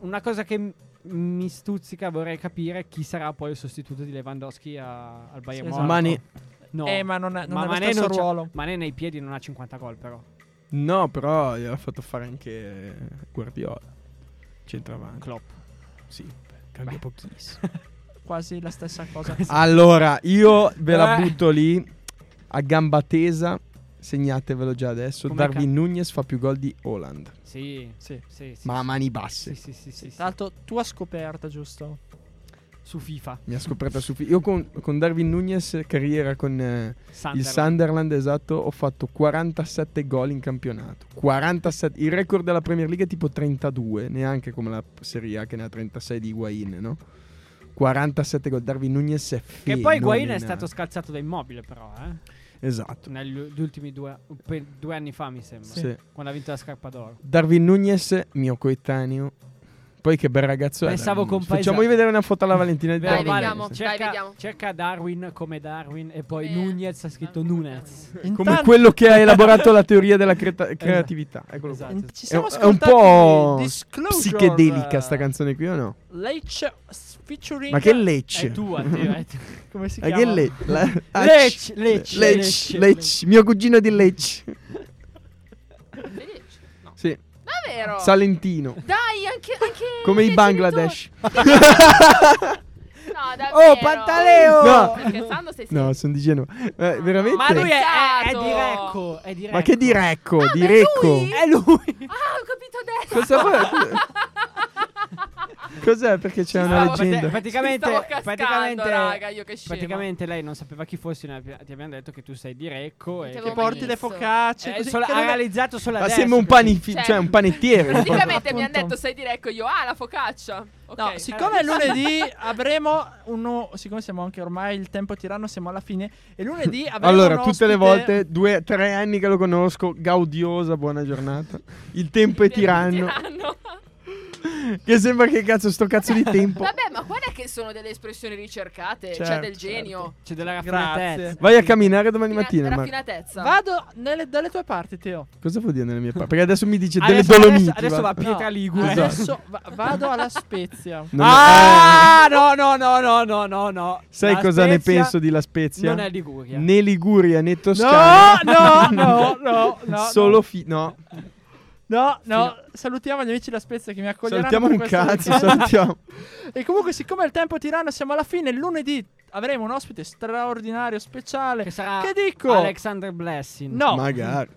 Speaker 6: Una cosa che m- mi stuzzica, vorrei capire chi sarà poi il sostituto di Lewandowski a- al Bayern
Speaker 4: Sì,
Speaker 6: Monaco.
Speaker 4: esatto.
Speaker 5: Mani.
Speaker 6: No.
Speaker 4: Eh, ma non è- non ha lo
Speaker 6: Mané
Speaker 4: stesso
Speaker 6: c'ha-
Speaker 4: ruolo.
Speaker 6: Mané nei piedi non ha 50 gol, però.
Speaker 5: No, però gliel'ha fatto fare anche eh, Guardiola. Centravanti.
Speaker 6: Klopp.
Speaker 5: Sì, beh, cambia pochissimo.
Speaker 4: Quasi la stessa cosa.
Speaker 5: Allora, io ve la
Speaker 6: Eh.
Speaker 5: butto lì a gamba tesa. Segnatevelo già adesso.
Speaker 6: Come
Speaker 5: Darwin Nunez fa più gol di Holland.
Speaker 6: Sì,
Speaker 4: Sì.
Speaker 6: sì, sì.
Speaker 5: Ma a mani
Speaker 6: sì,
Speaker 5: basse.
Speaker 6: sì, sì, sì, sì.
Speaker 4: Tra l'altro tu hai scoperto, giusto?
Speaker 6: Su FIFA.
Speaker 5: Mi ha scoperta su. Io con, con Darwin Nunez, carriera con eh, il
Speaker 6: Sunderland.
Speaker 5: Sunderland, esatto, ho fatto 47 gol in campionato. 47. Il record della Premier League è tipo 32, neanche come la Serie A che ne ha 36 di Higuain, no? 47 gol. Darwin Nunez è
Speaker 6: Che poi Guain è
Speaker 5: fenomenale.
Speaker 6: stato scalzato da immobile, però, eh.
Speaker 5: Esatto.
Speaker 6: Negli ultimi due, per due anni fa, mi sembra.
Speaker 5: Sì.
Speaker 6: Quando ha vinto la scarpa d'oro.
Speaker 5: Darwin Nunez, mio coetaneo. Poi che bel ragazzo
Speaker 6: Pensavo
Speaker 5: è. Darwin Nunez.
Speaker 6: compaesa-
Speaker 5: Facciamomi vedere una foto alla Valentina di
Speaker 6: Vai,
Speaker 5: Darwin
Speaker 6: vai,
Speaker 5: Nunez.
Speaker 7: vediamo. Dai,
Speaker 6: Cerca,
Speaker 7: vediamo.
Speaker 6: cerca Darwin come Darwin e poi
Speaker 7: Come-
Speaker 6: Nunez ha scritto Nunez.
Speaker 5: Come
Speaker 4: Intanto-
Speaker 5: quello che
Speaker 6: <laughs>
Speaker 5: ha elaborato la teoria della creta- creatività. Eccolo qua.
Speaker 6: Esatto.
Speaker 4: Ci
Speaker 5: È
Speaker 4: siamo
Speaker 5: un- cioè, è un
Speaker 4: ascoltati
Speaker 5: po'
Speaker 4: Disclosure,
Speaker 5: psichedelica sta canzone qui o no?
Speaker 4: Lecce s- featuring
Speaker 5: Ma che lecce?
Speaker 6: È tua, te,
Speaker 4: <laughs>
Speaker 6: è tu-
Speaker 4: come si
Speaker 5: Ma
Speaker 4: chiama?
Speaker 5: che le- la- ah,
Speaker 6: Lecce,
Speaker 5: c-
Speaker 6: lecce, lecce,
Speaker 5: Lecce, Lecce, mio cugino di Lecce.
Speaker 7: Felice? No.
Speaker 5: Sì,
Speaker 7: Davvero?
Speaker 5: Salentino,
Speaker 7: <laughs> Dai, anche, anche
Speaker 5: come
Speaker 7: i
Speaker 5: i Bangladesh.
Speaker 7: No, davvero.
Speaker 6: Oh, Pantaleo!
Speaker 5: No.
Speaker 7: Stai scherzando? Stai
Speaker 5: No,
Speaker 7: scherzando?
Speaker 5: sono di Genova.
Speaker 7: Ah,
Speaker 5: Eh, veramente? Ah,
Speaker 6: Ma lui è, è, è di
Speaker 7: Peccato.
Speaker 6: Recco. È di Recco.
Speaker 5: Ma che di Recco?
Speaker 7: Ah,
Speaker 5: di
Speaker 7: ma è
Speaker 5: Recco.
Speaker 7: lui?
Speaker 6: È lui.
Speaker 7: Ah, ho capito
Speaker 5: Cosa
Speaker 7: adesso.
Speaker 5: vuoi? Cos'è? Perché c'è una
Speaker 7: stavo-
Speaker 5: leggenda.
Speaker 6: praticamente,
Speaker 7: Ci stavo cascando,
Speaker 6: praticamente,
Speaker 7: raga, io che scemo.
Speaker 6: praticamente lei non sapeva chi fossi. ne abbi- Ti abbiamo detto che tu sei di Recco. E
Speaker 7: Ti
Speaker 6: che
Speaker 7: avevo
Speaker 6: poi-
Speaker 4: Porti le
Speaker 7: Benissimo.
Speaker 4: focacce,
Speaker 6: eh,
Speaker 4: così
Speaker 6: solo-
Speaker 4: che
Speaker 6: ha
Speaker 4: non è-
Speaker 6: realizzato solo
Speaker 5: Ma
Speaker 6: adesso.
Speaker 5: Ah, sembra un,
Speaker 6: così.
Speaker 5: panifi-
Speaker 7: Cioè-
Speaker 5: cioè, un panettiere. un po'.
Speaker 7: Praticamente mi hanno
Speaker 4: Appunto.
Speaker 7: detto sei di Recco io, ah la focaccia. Ok.
Speaker 4: No, siccome è lunedì avremo uno. Siccome siamo anche ormai il tempo tiranno, siamo alla fine.
Speaker 5: <laughs>
Speaker 4: E lunedì avremo.
Speaker 5: Allora,
Speaker 4: un
Speaker 5: tutte le
Speaker 4: ospite-
Speaker 5: volte, due, tre anni che lo conosco, gaudiosa, buona giornata. Il tempo è tiranno.
Speaker 7: Tiranno.
Speaker 5: Che sembra che cazzo, sto cazzo di tempo.
Speaker 7: Vabbè, ma guarda che sono delle espressioni ricercate, cioè
Speaker 5: Certo,
Speaker 7: del genio.
Speaker 6: C'è della
Speaker 4: Grazie.
Speaker 6: raffinatezza.
Speaker 5: Vai a camminare domani
Speaker 7: Fina-
Speaker 5: mattina, Marco.
Speaker 7: raffinatezza.
Speaker 4: Vado nelle- dalle tue parti, Teo.
Speaker 5: Cosa vuol dire nelle mie parole? Perché adesso mi dice delle
Speaker 6: Adesso,
Speaker 5: Dolomiti.
Speaker 6: adesso, adesso va a
Speaker 4: No,
Speaker 6: Pietra Ligure.
Speaker 5: Esatto.
Speaker 4: Adesso va- vado alla Spezia.
Speaker 5: Non-
Speaker 6: Ah, no, no, no, no, no, no, no.
Speaker 5: eh, sai
Speaker 6: La
Speaker 5: cosa ne
Speaker 6: Spezia
Speaker 5: penso di La Spezia?
Speaker 6: Non è Liguria.
Speaker 5: né Liguria né Toscana.
Speaker 4: No, no,
Speaker 5: <laughs>
Speaker 4: no, no, no.
Speaker 5: Solo fi- no.
Speaker 4: No, no, salutiamo gli amici della Spezia che mi accoglieranno.
Speaker 5: Salutiamo
Speaker 4: per
Speaker 5: un cazzo,
Speaker 4: questo weekend.
Speaker 5: salutiamo.
Speaker 4: E comunque, siccome il tempo tiranno, siamo alla fine. Lunedì avremo un ospite straordinario, speciale.
Speaker 6: Che sarà
Speaker 4: dico?
Speaker 6: Alexander Blessing.
Speaker 4: No,
Speaker 5: Magari.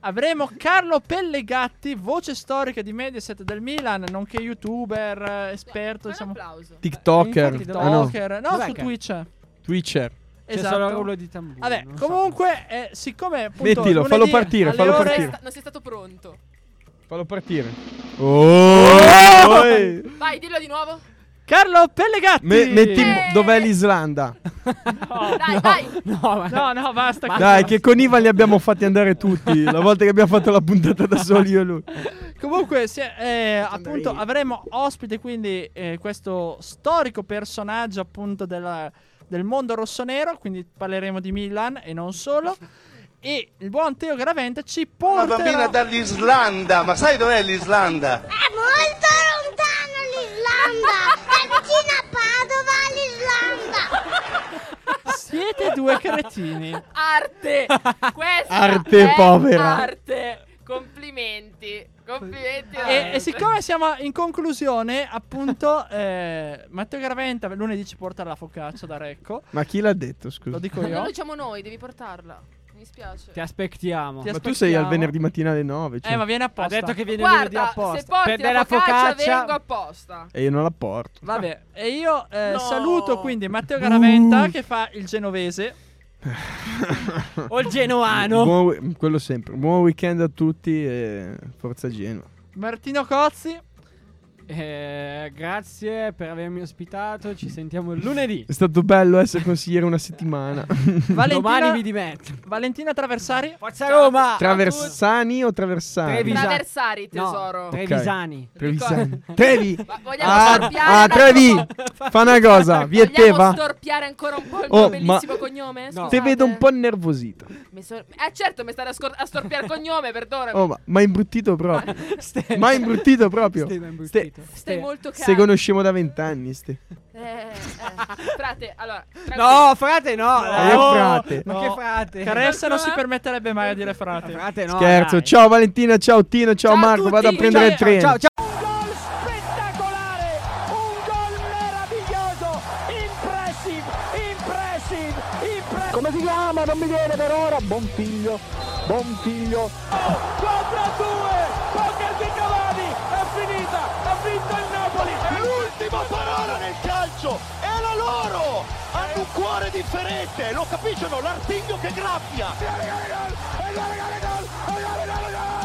Speaker 4: avremo Carlo Pellegatti, voce storica di Mediaset del Milan, nonché youtuber, eh, esperto,
Speaker 7: Fai
Speaker 4: diciamo.
Speaker 7: un applauso.
Speaker 5: TikToker.
Speaker 6: Infatti,
Speaker 5: Ah, no.
Speaker 4: TikToker. No,
Speaker 6: Dov'è
Speaker 4: su
Speaker 6: che-
Speaker 4: Twitch.
Speaker 5: Twitcher.
Speaker 6: C'è
Speaker 4: esatto.
Speaker 6: solo il ruolo di tamburo.
Speaker 4: Vabbè,
Speaker 6: non so.
Speaker 4: comunque, eh, siccome. Appunto,
Speaker 5: Mettilo,
Speaker 4: lunedì
Speaker 5: fallo partire,
Speaker 4: alle
Speaker 5: fallo
Speaker 4: ore-
Speaker 5: partire.
Speaker 7: Sta- Non sei stato pronto.
Speaker 5: Fallo partire. Oh! Eh.
Speaker 7: Vai, dillo di nuovo.
Speaker 4: Carlo Pellegatti!
Speaker 5: Me- metti-
Speaker 7: Eh.
Speaker 5: dov'è l'Islanda?
Speaker 7: dai, dai.
Speaker 6: No, ma
Speaker 4: No, no, basta.
Speaker 5: Dai, che con Ivan li abbiamo fatti andare tutti. La volta che abbiamo fatto la puntata da soli io e lui.
Speaker 4: Comunque, se, eh, appunto, avremo ospite quindi eh, questo storico personaggio appunto della- del mondo rossonero, quindi parleremo di Milan e non solo. E il buon Teo Graventa ci
Speaker 11: Una
Speaker 4: porterà
Speaker 11: bambina dall'Islanda, ma sai dov'è l'Islanda?
Speaker 10: È molto lontano l'Islanda! È vicino a Padova l'Islanda!
Speaker 4: Siete due cretini.
Speaker 7: Arte! Questa
Speaker 4: Arte
Speaker 7: è
Speaker 4: povera.
Speaker 7: Arte! Complimenti! Complimenti!
Speaker 4: E, e siccome siamo in conclusione, appunto,
Speaker 6: <laughs>
Speaker 4: eh, Matteo Graventa lunedì ci porta la focaccia da Recco.
Speaker 5: Ma chi l'ha detto, scusa?
Speaker 4: Lo dico
Speaker 7: Ma non
Speaker 4: io.
Speaker 7: lo diciamo noi, devi portarla. Mi dispiace.
Speaker 6: Ti aspettiamo.
Speaker 4: Ti
Speaker 5: Ma tu sei al
Speaker 4: aspettiamo.
Speaker 5: venerdì mattina alle cioè, 9.
Speaker 4: Eh, ma viene apposta.
Speaker 6: Ha detto che viene venerdì
Speaker 7: Guarda,
Speaker 6: apposta.
Speaker 7: se porti
Speaker 6: Per della
Speaker 7: la focaccia,
Speaker 6: focaccia-
Speaker 7: vengo apposta.
Speaker 5: E io non la porto.
Speaker 4: Vabbè, e io eh,
Speaker 7: No.
Speaker 4: saluto quindi Matteo Garaventa che fa il genovese.
Speaker 6: O il
Speaker 4: Ah,
Speaker 6: genoano.
Speaker 5: Buon wi- quello sempre. Buon weekend a tutti e forza Genoa.
Speaker 4: Martino Cozzi.
Speaker 6: Eh, grazie per avermi ospitato. Ci sentiamo lunedì.
Speaker 5: È stato bello essere consigliere una settimana.
Speaker 6: Domani
Speaker 4: Valentina,
Speaker 6: mi dimetto.
Speaker 4: Valentina Traversari.
Speaker 6: Forza Roma!
Speaker 5: Traversani o traversani?
Speaker 6: Trevi-
Speaker 7: Traversari,
Speaker 6: No,
Speaker 7: tesoro.
Speaker 6: Trevisani.
Speaker 5: Trevisani. Trevi.
Speaker 7: Ma <laughs> vogliamo
Speaker 5: Ah,
Speaker 7: storpiare
Speaker 5: ah,
Speaker 7: un attimo-
Speaker 5: Trevi. Fa una cosa.
Speaker 7: Vogliamo
Speaker 5: Vieteva.
Speaker 7: storpiare ancora un po' il
Speaker 5: Oh,
Speaker 7: mio bellissimo
Speaker 5: ma-
Speaker 7: cognome?
Speaker 5: Te
Speaker 7: Scusate.
Speaker 5: vedo un po' nervosito.
Speaker 7: Mi sor- eh certo, mi state a, scor- a storpiare il cognome, perdonami.
Speaker 5: Oh, ma, ma imbruttito proprio.
Speaker 6: Ste-
Speaker 5: ma imbruttito proprio.
Speaker 6: Ste- ma
Speaker 5: Ste-
Speaker 6: imbruttito.
Speaker 7: Stai molto calmo.
Speaker 5: Se conosciamo da vent'anni, ste.
Speaker 7: Eh, eh. Frate, allora, tranquillo.
Speaker 6: No, frate no. dai,
Speaker 5: Eh,
Speaker 6: oh,
Speaker 5: frate.
Speaker 6: Ma
Speaker 4: No.
Speaker 6: che frate?
Speaker 4: Caressa non si permetterebbe mai a dire frate.
Speaker 6: Frate no.
Speaker 5: Scherzo.
Speaker 6: dai.
Speaker 5: Ciao Valentina, ciao Tino, ciao,
Speaker 7: Ciao a
Speaker 5: Marco.
Speaker 7: tutti,
Speaker 5: Vado a prendere
Speaker 4: ciao,
Speaker 5: il treno.
Speaker 6: Ciao, ciao.
Speaker 1: Un gol spettacolare, un gol meraviglioso, impressive, impressive, impressive.
Speaker 2: Come si chiama? Non mi viene per ora. Buon figlio, buon figlio.
Speaker 1: 4 a 2, poker di Cavani, è finita, ha vinto il Napoli.
Speaker 3: L'ultima parola nel calcio è la loro! Hanno un cuore differente, lo capiscono? L'artiglio che graffia!
Speaker 1: E gol, Ah, e gol, e gol, e gol, e gol, e gol, e gol, e gol. ah.